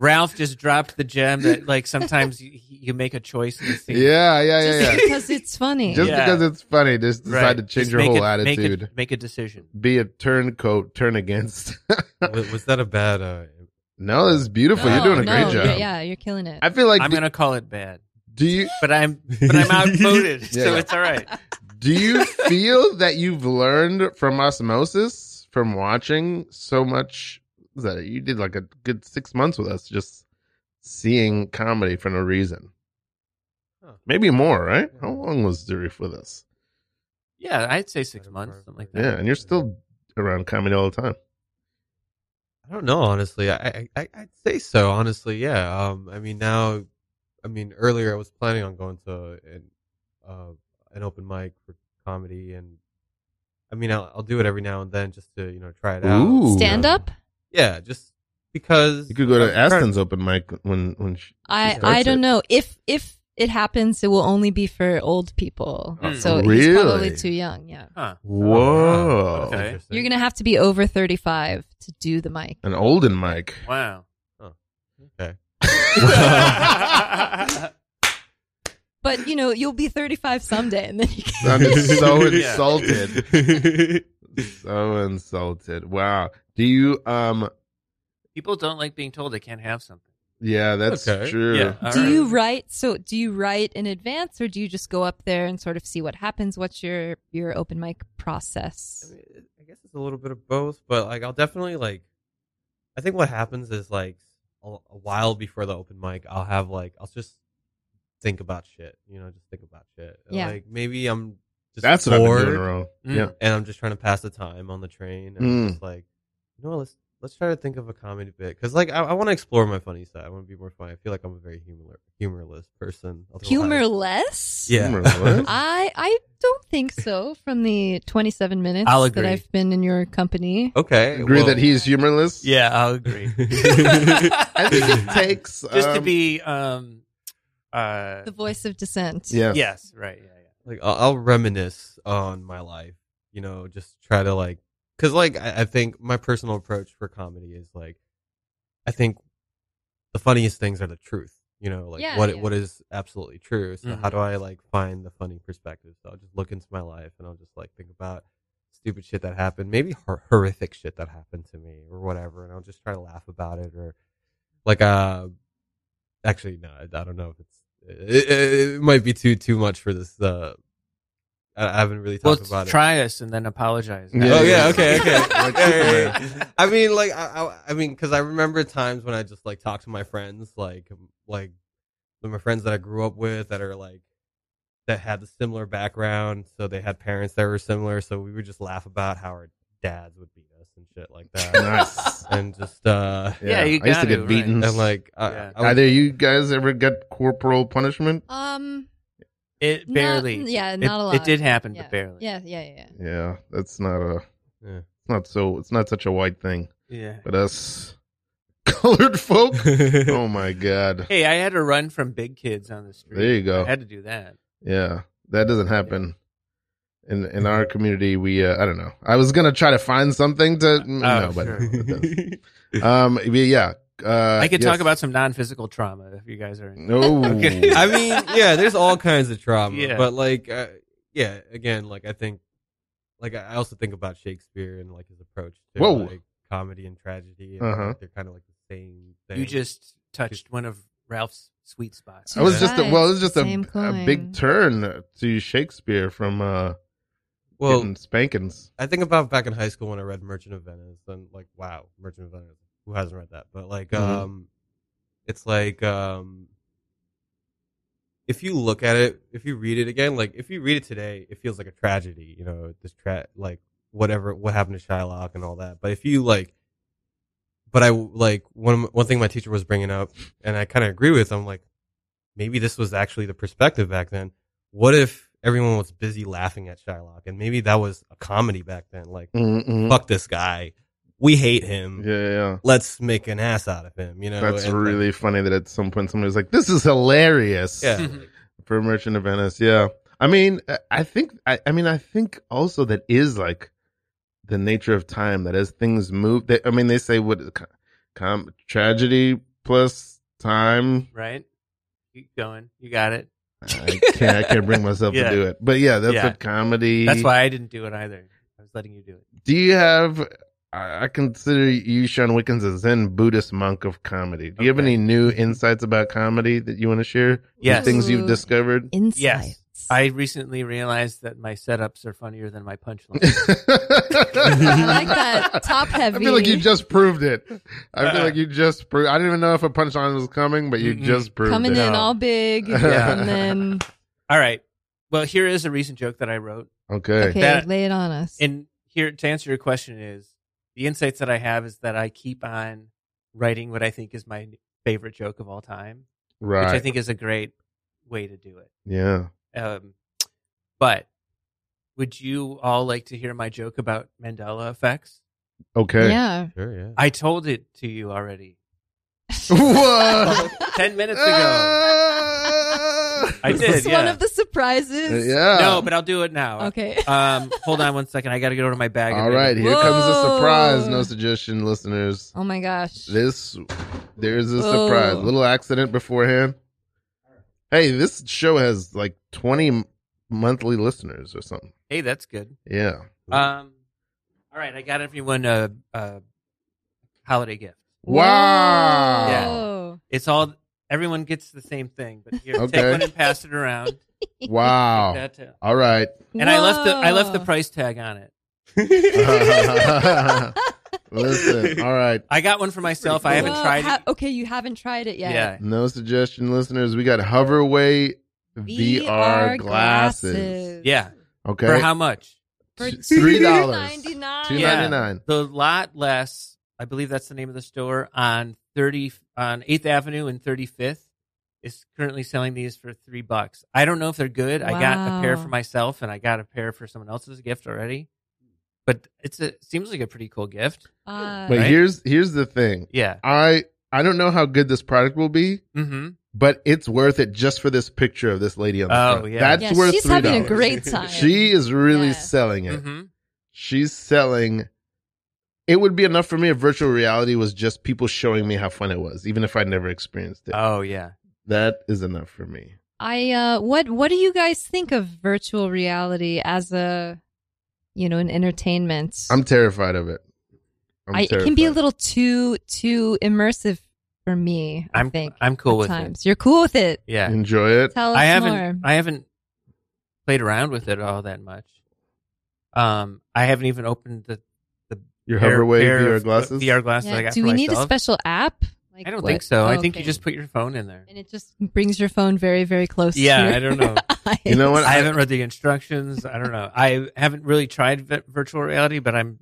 [SPEAKER 4] Ralph just dropped the gem that, like, sometimes you, you make a choice in the scene.
[SPEAKER 2] Yeah, yeah, yeah,
[SPEAKER 3] Just
[SPEAKER 2] yeah.
[SPEAKER 3] because it's funny.
[SPEAKER 2] Just
[SPEAKER 4] Yeah.
[SPEAKER 2] because it's funny, just
[SPEAKER 4] Right.
[SPEAKER 2] decide to change
[SPEAKER 4] Just
[SPEAKER 2] your
[SPEAKER 4] make
[SPEAKER 2] whole
[SPEAKER 4] a- make a-
[SPEAKER 2] attitude.
[SPEAKER 4] Make a, decision.
[SPEAKER 2] Be a turncoat, turn against.
[SPEAKER 5] was, was that a bad? Uh,
[SPEAKER 2] no, this is beautiful.
[SPEAKER 3] No,
[SPEAKER 2] you're doing a
[SPEAKER 3] no,
[SPEAKER 2] great job.
[SPEAKER 3] you're- Yeah, you're killing it.
[SPEAKER 2] I feel like
[SPEAKER 4] I'm
[SPEAKER 2] do-
[SPEAKER 4] going to call it bad,
[SPEAKER 2] do you
[SPEAKER 4] but I'm, but I'm outvoted.
[SPEAKER 2] Yeah,
[SPEAKER 4] so
[SPEAKER 2] yeah.
[SPEAKER 4] it's all right.
[SPEAKER 2] do you feel that you've learned from osmosis from watching so much was that you did like a good six months with us just seeing comedy for no reason.
[SPEAKER 5] Huh.
[SPEAKER 2] Maybe more, right? How long was Zarif with us?
[SPEAKER 4] Yeah. I'd say six months, something like that.
[SPEAKER 2] Yeah, and you're still around comedy all the time.
[SPEAKER 5] I I don't know, honestly. I, I I- I'd say so, honestly. Yeah. Um. I mean, now, I mean, earlier I was planning on going to an uh, an open mic for comedy, and I mean, I'll, I'll do it every now and then just to you know try it out.
[SPEAKER 2] Ooh.
[SPEAKER 3] Stand
[SPEAKER 5] Um,
[SPEAKER 3] up?
[SPEAKER 5] Yeah, just because
[SPEAKER 2] You could go to
[SPEAKER 5] I'm trying-
[SPEAKER 2] Aston's open mic when when she,
[SPEAKER 3] I
[SPEAKER 2] starts
[SPEAKER 3] I don't
[SPEAKER 2] it.
[SPEAKER 3] know if if it happens, it will only be for old people.
[SPEAKER 4] Mm.
[SPEAKER 3] So he's
[SPEAKER 2] Hmm. Really?
[SPEAKER 3] probably too young. Yeah,
[SPEAKER 4] Huh.
[SPEAKER 5] Oh,
[SPEAKER 2] Whoa.
[SPEAKER 5] That's
[SPEAKER 4] Okay.
[SPEAKER 5] interesting.
[SPEAKER 3] you're gonna have to be over thirty five to do the mic.
[SPEAKER 2] An olden mic.
[SPEAKER 4] Wow.
[SPEAKER 5] Okay.
[SPEAKER 3] But you know, you'll be thirty five someday, and then you can.
[SPEAKER 2] I'm just so
[SPEAKER 4] Yeah.
[SPEAKER 2] insulted. So insulted. Wow. Do you um
[SPEAKER 4] People don't like being told they can't have something.
[SPEAKER 2] yeah, that's
[SPEAKER 5] Okay.
[SPEAKER 2] true.
[SPEAKER 4] Yeah. all
[SPEAKER 3] do
[SPEAKER 4] right.
[SPEAKER 3] you write? So do you write in advance, or do you just go up there and sort of see what happens? What's your your open mic
[SPEAKER 5] I
[SPEAKER 3] process?
[SPEAKER 5] mean, it- I guess it's a little bit of both, but like I'll definitely like. I think what happens is like a, a while before the open mic, I'll have like I'll just think about shit, you know, just think about shit. And,
[SPEAKER 3] Yeah.
[SPEAKER 5] Like maybe I'm just
[SPEAKER 2] That's what I've
[SPEAKER 5] bored,
[SPEAKER 2] been doing wrong.
[SPEAKER 4] Mm.
[SPEAKER 2] Yeah.
[SPEAKER 5] and I'm just trying to pass the time on the train. And
[SPEAKER 2] Mm.
[SPEAKER 5] I'm just like, you know, what, let's let's try to think of a comedy bit because like I, I want to explore my funny side. I want to be more funny. I feel like I'm a very humor humorless person. although I-
[SPEAKER 3] Humorless?
[SPEAKER 5] Yeah.
[SPEAKER 2] Humorless?
[SPEAKER 3] I I don't think so. From the twenty seven minutes
[SPEAKER 4] I'll
[SPEAKER 3] that
[SPEAKER 4] agree.
[SPEAKER 3] I've been in your company,
[SPEAKER 5] Okay.
[SPEAKER 2] Agree
[SPEAKER 5] well-
[SPEAKER 2] that he's humorless?
[SPEAKER 4] Yeah, I'll agree.
[SPEAKER 2] I think it takes
[SPEAKER 4] just to
[SPEAKER 2] um,
[SPEAKER 4] be um uh
[SPEAKER 3] the voice of dissent.
[SPEAKER 2] yes.
[SPEAKER 4] yes, right, yeah, yeah.
[SPEAKER 5] like I'll, I'll reminisce on my life you know just try to like because like I, I think my personal approach for comedy is like i think the funniest things are the truth you know like
[SPEAKER 3] Yeah,
[SPEAKER 5] what
[SPEAKER 3] yeah.
[SPEAKER 5] what is absolutely true so how
[SPEAKER 4] Mhm.
[SPEAKER 5] do i like find the funny perspective so i'll just look into my life and i'll just like think about stupid shit that happened maybe hor- horrific shit that happened to me or whatever and i'll just try to laugh about it or like uh actually no i, I don't know if it's it, it, it might be too too much for this uh i, I haven't really
[SPEAKER 4] Well,
[SPEAKER 5] talked about it
[SPEAKER 4] try us and then apologize.
[SPEAKER 2] Yeah.
[SPEAKER 5] oh yeah
[SPEAKER 2] yeah.
[SPEAKER 5] okay okay
[SPEAKER 2] Like,
[SPEAKER 5] Yeah, yeah,
[SPEAKER 2] Superman.
[SPEAKER 5] yeah. i mean like i i, I mean because i remember times when i just like talked to my friends like like my friends that i grew up with that are like that had the similar background so they had parents that were similar so we would just laugh about how our dads would beat us and shit like that
[SPEAKER 2] Nice.
[SPEAKER 5] and just uh
[SPEAKER 4] Yeah, you
[SPEAKER 2] I used to
[SPEAKER 4] gotta,
[SPEAKER 2] get
[SPEAKER 4] right.
[SPEAKER 2] beaten.
[SPEAKER 5] and like I,
[SPEAKER 4] Yeah.
[SPEAKER 5] I would-
[SPEAKER 2] Either you guys ever get corporal punishment?
[SPEAKER 3] Um.
[SPEAKER 4] It
[SPEAKER 3] not-
[SPEAKER 4] barely.
[SPEAKER 3] yeah,
[SPEAKER 4] It-
[SPEAKER 3] not a lot.
[SPEAKER 4] It did happen,
[SPEAKER 3] Yeah.
[SPEAKER 4] but barely.
[SPEAKER 3] Yeah, yeah, yeah. yeah.
[SPEAKER 2] Yeah, that's not a
[SPEAKER 5] Yeah.
[SPEAKER 2] it's not so it's not such a white thing.
[SPEAKER 4] Yeah.
[SPEAKER 2] But us colored folk. oh my god.
[SPEAKER 4] Hey, I had to run from big kids on the street.
[SPEAKER 2] There you go.
[SPEAKER 4] I had to do that.
[SPEAKER 2] Yeah, that doesn't happen. In in our community, we uh, I don't know. I was gonna try to find something to mm,
[SPEAKER 5] oh,
[SPEAKER 2] no, but
[SPEAKER 4] sure.
[SPEAKER 2] it doesn't. um, but yeah. Uh,
[SPEAKER 4] I could
[SPEAKER 2] yes.
[SPEAKER 4] talk about some non-physical trauma if you guys are.
[SPEAKER 2] No,
[SPEAKER 4] Okay.
[SPEAKER 5] I mean, yeah, there's all kinds of trauma,
[SPEAKER 4] Yeah.
[SPEAKER 5] but like, uh, yeah, again, like I think, like I also think about Shakespeare and like his approach to
[SPEAKER 2] Whoa.
[SPEAKER 5] like comedy and tragedy. And, like,
[SPEAKER 2] Uh-huh.
[SPEAKER 5] they're kind of like the same thing.
[SPEAKER 4] You just touched one of Ralph's sweet spots.
[SPEAKER 2] I was just a,
[SPEAKER 3] Right,
[SPEAKER 2] well, it was just a,
[SPEAKER 3] same
[SPEAKER 2] a
[SPEAKER 3] coin.
[SPEAKER 2] big turn to Shakespeare from uh,
[SPEAKER 5] well,
[SPEAKER 2] getting spankings.
[SPEAKER 5] I think about back in high school when I read Merchant of Venice, and like, wow, Merchant of Venice. Who hasn't read that? But like,
[SPEAKER 2] Mhm.
[SPEAKER 5] um, it's like, um, if you look at it, if you read it again, like if you read it today, it feels like a tragedy, you know, this tra- like whatever what happened to Shylock and all that. But if you like, but I like one one thing my teacher was bringing up, and I kind of agree with. I'm like, maybe this was actually the perspective back then. What if everyone was busy laughing at Shylock, and maybe that was a comedy back then? Like,
[SPEAKER 2] Mm-mm.
[SPEAKER 5] fuck this guy, we hate
[SPEAKER 2] Mm-hmm. Yeah,
[SPEAKER 5] him.
[SPEAKER 2] yeah.
[SPEAKER 5] Let's make an ass out of him. You know,
[SPEAKER 2] That's
[SPEAKER 5] And, uh, like,
[SPEAKER 2] really funny that at some point somebody was like, "This is hilarious."
[SPEAKER 5] yeah.
[SPEAKER 2] for Merchant of Venice. Yeah, I mean, I- I think, I, I mean, I think also that is like the nature of time that as things move, they, I mean, they say what com, com, tragedy plus time.
[SPEAKER 4] Right? Keep going. You got it.
[SPEAKER 2] I can't, I can't bring myself
[SPEAKER 4] Yeah.
[SPEAKER 2] to do it. But yeah, that's
[SPEAKER 4] Yeah.
[SPEAKER 2] what comedy.
[SPEAKER 4] That's why I didn't do it either. I was letting you do it.
[SPEAKER 2] Do you have? I I consider you, Sean Wickens, a Zen Buddhist monk of comedy. Do you have
[SPEAKER 4] Okay.
[SPEAKER 2] any new insights about comedy that you want to share?
[SPEAKER 4] Yes.
[SPEAKER 2] Things you've
[SPEAKER 3] Ooh.
[SPEAKER 2] discovered?
[SPEAKER 3] Insights.
[SPEAKER 4] I recently realized that my setups are funnier than my punchline.
[SPEAKER 2] I
[SPEAKER 3] like that. Top
[SPEAKER 2] I feel like
[SPEAKER 3] heavy.
[SPEAKER 2] you just proved it. I feel
[SPEAKER 4] Uh.
[SPEAKER 2] like you just proved. I didn't even know if a punchline was coming, but you
[SPEAKER 4] Mm-mm.
[SPEAKER 2] just proved
[SPEAKER 3] coming
[SPEAKER 2] it.
[SPEAKER 4] No.
[SPEAKER 3] in all big,
[SPEAKER 2] Yeah.
[SPEAKER 3] and then
[SPEAKER 4] All right. Well, here is a recent joke that I wrote.
[SPEAKER 2] Okay.
[SPEAKER 3] okay,
[SPEAKER 4] That-
[SPEAKER 3] lay it on us.
[SPEAKER 4] And here to answer your question is the insights that I have is that I keep on writing what I think is my favorite joke of all time,
[SPEAKER 2] Right.
[SPEAKER 4] which I think is a great way to do it.
[SPEAKER 2] yeah.
[SPEAKER 4] Um, but would you all like to hear my joke about Mandela effects?
[SPEAKER 2] Okay.
[SPEAKER 3] Yeah.
[SPEAKER 5] Sure, yeah.
[SPEAKER 4] I told it to you already
[SPEAKER 2] Whoa.
[SPEAKER 4] 10 minutes ago. I
[SPEAKER 3] Is this
[SPEAKER 4] did,
[SPEAKER 3] one
[SPEAKER 4] yeah.
[SPEAKER 3] of the surprises?
[SPEAKER 2] Uh, yeah.
[SPEAKER 4] No, but I'll do it now.
[SPEAKER 3] Okay.
[SPEAKER 4] Um, hold on one second. I got to get over to my bag. and
[SPEAKER 2] All
[SPEAKER 4] make
[SPEAKER 2] right,
[SPEAKER 4] it-
[SPEAKER 2] here comes a surprise.
[SPEAKER 3] Whoa.
[SPEAKER 2] No suggestion, listeners.
[SPEAKER 3] Oh my gosh.
[SPEAKER 2] This there's a surprise.
[SPEAKER 3] Whoa.
[SPEAKER 2] Little accident beforehand. Hey, this show has like 20 m- monthly listeners or something.
[SPEAKER 4] Hey, that's good.
[SPEAKER 2] Yeah.
[SPEAKER 4] Um, all right, I got everyone a, a holiday gift.
[SPEAKER 2] Wow.
[SPEAKER 3] Whoa.
[SPEAKER 4] It's all everyone gets the same thing, but here, take
[SPEAKER 2] Okay. Oh.
[SPEAKER 4] one and pass it around.
[SPEAKER 2] Wow.
[SPEAKER 4] That, uh,
[SPEAKER 2] All right.
[SPEAKER 4] and I left the I left the
[SPEAKER 3] Whoa.
[SPEAKER 4] price tag on it.
[SPEAKER 2] Listen. All right.
[SPEAKER 4] I got one for myself. I haven't
[SPEAKER 3] Whoa, oh,
[SPEAKER 4] tried
[SPEAKER 3] ha-
[SPEAKER 4] it.
[SPEAKER 3] okay, you haven't tried it yet.
[SPEAKER 4] Yeah.
[SPEAKER 2] No suggestion, listeners. We got Hoverway VR, glasses.
[SPEAKER 4] Yeah.
[SPEAKER 2] Okay.
[SPEAKER 4] For how much?
[SPEAKER 3] For
[SPEAKER 2] Three dollars.
[SPEAKER 3] $2.99.
[SPEAKER 2] Two ninety
[SPEAKER 4] Yeah.
[SPEAKER 2] nine.
[SPEAKER 4] The lot less, I believe that's the name of the store on 30 on 8th Avenue and 35th is currently selling these for 3 bucks. I don't know if they're good. I got a pair
[SPEAKER 3] Wow.
[SPEAKER 4] for myself and I got a pair for someone else's gift already. But it's a seems like a pretty cool gift.
[SPEAKER 3] Uh,
[SPEAKER 2] But
[SPEAKER 4] Right.
[SPEAKER 2] here's here's the thing.
[SPEAKER 4] Yeah.
[SPEAKER 2] I I don't know how good this product will be.
[SPEAKER 4] Mhm.
[SPEAKER 2] but it's worth it just for this picture of this lady on the
[SPEAKER 4] Oh,
[SPEAKER 2] front.
[SPEAKER 4] yeah.
[SPEAKER 2] That's
[SPEAKER 3] yeah,
[SPEAKER 2] worth
[SPEAKER 3] she's
[SPEAKER 2] three
[SPEAKER 3] having a
[SPEAKER 2] dollars.
[SPEAKER 3] great time.
[SPEAKER 2] She is really
[SPEAKER 3] Yeah.
[SPEAKER 2] selling it.
[SPEAKER 4] Mhm.
[SPEAKER 2] She's selling. It would be enough for me if virtual reality was just people showing me how fun it was, even if I never experienced it.
[SPEAKER 4] Oh yeah.
[SPEAKER 2] that is enough for me.
[SPEAKER 3] I uh, what what do you guys think of virtual reality as a you know an entertainment?
[SPEAKER 2] I'm terrified of it. I'm
[SPEAKER 3] I- it can be a
[SPEAKER 2] terrified.
[SPEAKER 3] little too too immersive for me. I
[SPEAKER 4] I'm
[SPEAKER 3] think
[SPEAKER 4] I'm cool
[SPEAKER 3] at
[SPEAKER 4] with it.
[SPEAKER 3] times. You're cool with it.
[SPEAKER 4] Yeah.
[SPEAKER 2] Enjoy it.
[SPEAKER 3] Tell us
[SPEAKER 4] I haven't
[SPEAKER 3] more.
[SPEAKER 4] I haven't played around with it all that much. Um, I haven't even opened the
[SPEAKER 2] Your
[SPEAKER 4] pair-
[SPEAKER 2] hoverway
[SPEAKER 4] pair
[SPEAKER 2] VR
[SPEAKER 4] of
[SPEAKER 2] glasses.
[SPEAKER 4] VR glasses.
[SPEAKER 3] Yeah,
[SPEAKER 4] I got
[SPEAKER 3] Do
[SPEAKER 4] for
[SPEAKER 3] we need a
[SPEAKER 4] myself.
[SPEAKER 3] special app? Like
[SPEAKER 4] I don't
[SPEAKER 3] what?
[SPEAKER 4] think so. I
[SPEAKER 3] Oh,
[SPEAKER 4] think you
[SPEAKER 3] okay.
[SPEAKER 4] just put your phone in there.
[SPEAKER 3] and it just brings your phone very very close.
[SPEAKER 4] Yeah,
[SPEAKER 3] to your
[SPEAKER 4] I don't know.
[SPEAKER 2] You know what?
[SPEAKER 3] eyes.
[SPEAKER 4] I haven't read the instructions. I don't know. I haven't really tried vi- virtual reality, but I'm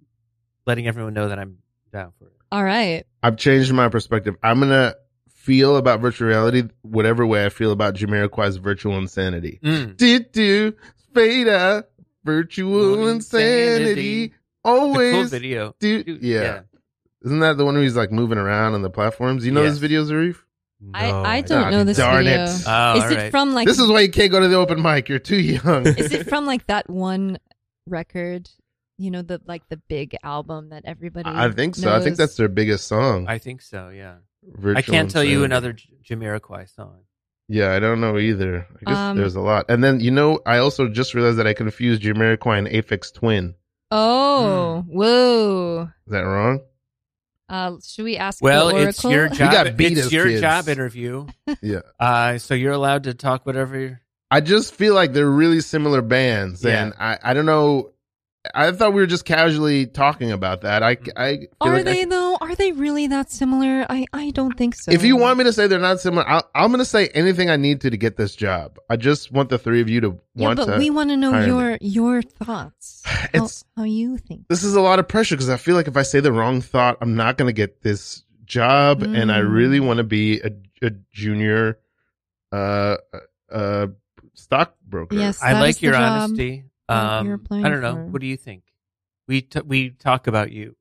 [SPEAKER 4] letting everyone know that I'm down for it.
[SPEAKER 3] All right.
[SPEAKER 2] I've changed my perspective. I'm gonna feel about virtual reality whatever way I feel about Jamiroquai's virtual insanity.
[SPEAKER 4] Mm.
[SPEAKER 2] did do Veda virtual
[SPEAKER 4] Well,
[SPEAKER 2] insanity
[SPEAKER 4] insanity. The cool
[SPEAKER 2] always
[SPEAKER 4] video.
[SPEAKER 2] do
[SPEAKER 4] Dude,
[SPEAKER 2] yeah. isn't that the one where he's like moving around on the platforms you know
[SPEAKER 4] Yes.
[SPEAKER 2] this video's Arif?
[SPEAKER 3] I-
[SPEAKER 5] No,
[SPEAKER 3] I
[SPEAKER 5] I
[SPEAKER 3] don't
[SPEAKER 2] Ah,
[SPEAKER 3] know this
[SPEAKER 2] darn it
[SPEAKER 3] video.
[SPEAKER 4] Oh,
[SPEAKER 3] is
[SPEAKER 4] all
[SPEAKER 3] it
[SPEAKER 4] right.
[SPEAKER 3] from like
[SPEAKER 2] this is why you can't go to the open mic you're too young
[SPEAKER 3] is it from like that one record? You know the like the big album that everybody.
[SPEAKER 2] I think so I think
[SPEAKER 3] knows?
[SPEAKER 2] that's their biggest song
[SPEAKER 4] I think so. Yeah.
[SPEAKER 2] virtual
[SPEAKER 4] I can't tell you
[SPEAKER 2] Insanity.
[SPEAKER 4] another J- Jamiroquai song.
[SPEAKER 2] yeah I don't know either I guess
[SPEAKER 3] Um,
[SPEAKER 2] there's a lot and then you know I also just realized that I confused Jamiroquai and Aphex Twin
[SPEAKER 3] Oh,
[SPEAKER 4] Hmm.
[SPEAKER 3] whoa.
[SPEAKER 2] is that wrong
[SPEAKER 3] Uh, should we ask?
[SPEAKER 4] Well,
[SPEAKER 3] the
[SPEAKER 4] it's
[SPEAKER 3] Oracle?
[SPEAKER 4] your job.
[SPEAKER 2] got beat
[SPEAKER 4] it's
[SPEAKER 2] as
[SPEAKER 4] your
[SPEAKER 2] kids.
[SPEAKER 4] job interview.
[SPEAKER 2] Yeah.
[SPEAKER 4] Uh, so you're allowed to talk whatever.
[SPEAKER 2] I just feel like they're really similar bands,
[SPEAKER 4] Yeah.
[SPEAKER 2] and I, I don't know. I thought we were just casually talking about that. I,
[SPEAKER 4] Mm.
[SPEAKER 2] I feel
[SPEAKER 3] Are
[SPEAKER 2] like I-
[SPEAKER 3] they though? Are they really that similar? I I don't think so.
[SPEAKER 2] if you want me to say they're not similar, I'll, I'm going to say anything I need to to get this job. I just want the three of you to
[SPEAKER 3] yeah,
[SPEAKER 2] want
[SPEAKER 3] but
[SPEAKER 2] to.
[SPEAKER 3] we want to know
[SPEAKER 2] hire
[SPEAKER 3] your your thoughts. How,
[SPEAKER 2] It's-
[SPEAKER 3] how you think?
[SPEAKER 2] this is a lot of pressure because I feel like if I say the wrong thought, I'm not going to get this job, and I
[SPEAKER 3] Mm.
[SPEAKER 2] really want to be a, a junior, uh, uh, stockbroker.
[SPEAKER 3] Yes.
[SPEAKER 4] I
[SPEAKER 3] That is
[SPEAKER 4] like
[SPEAKER 3] the
[SPEAKER 4] your
[SPEAKER 3] job
[SPEAKER 4] honesty.
[SPEAKER 3] that you're
[SPEAKER 4] Um,
[SPEAKER 3] applying
[SPEAKER 4] I don't know.
[SPEAKER 3] for.
[SPEAKER 4] What do you think? We t- we talk about you.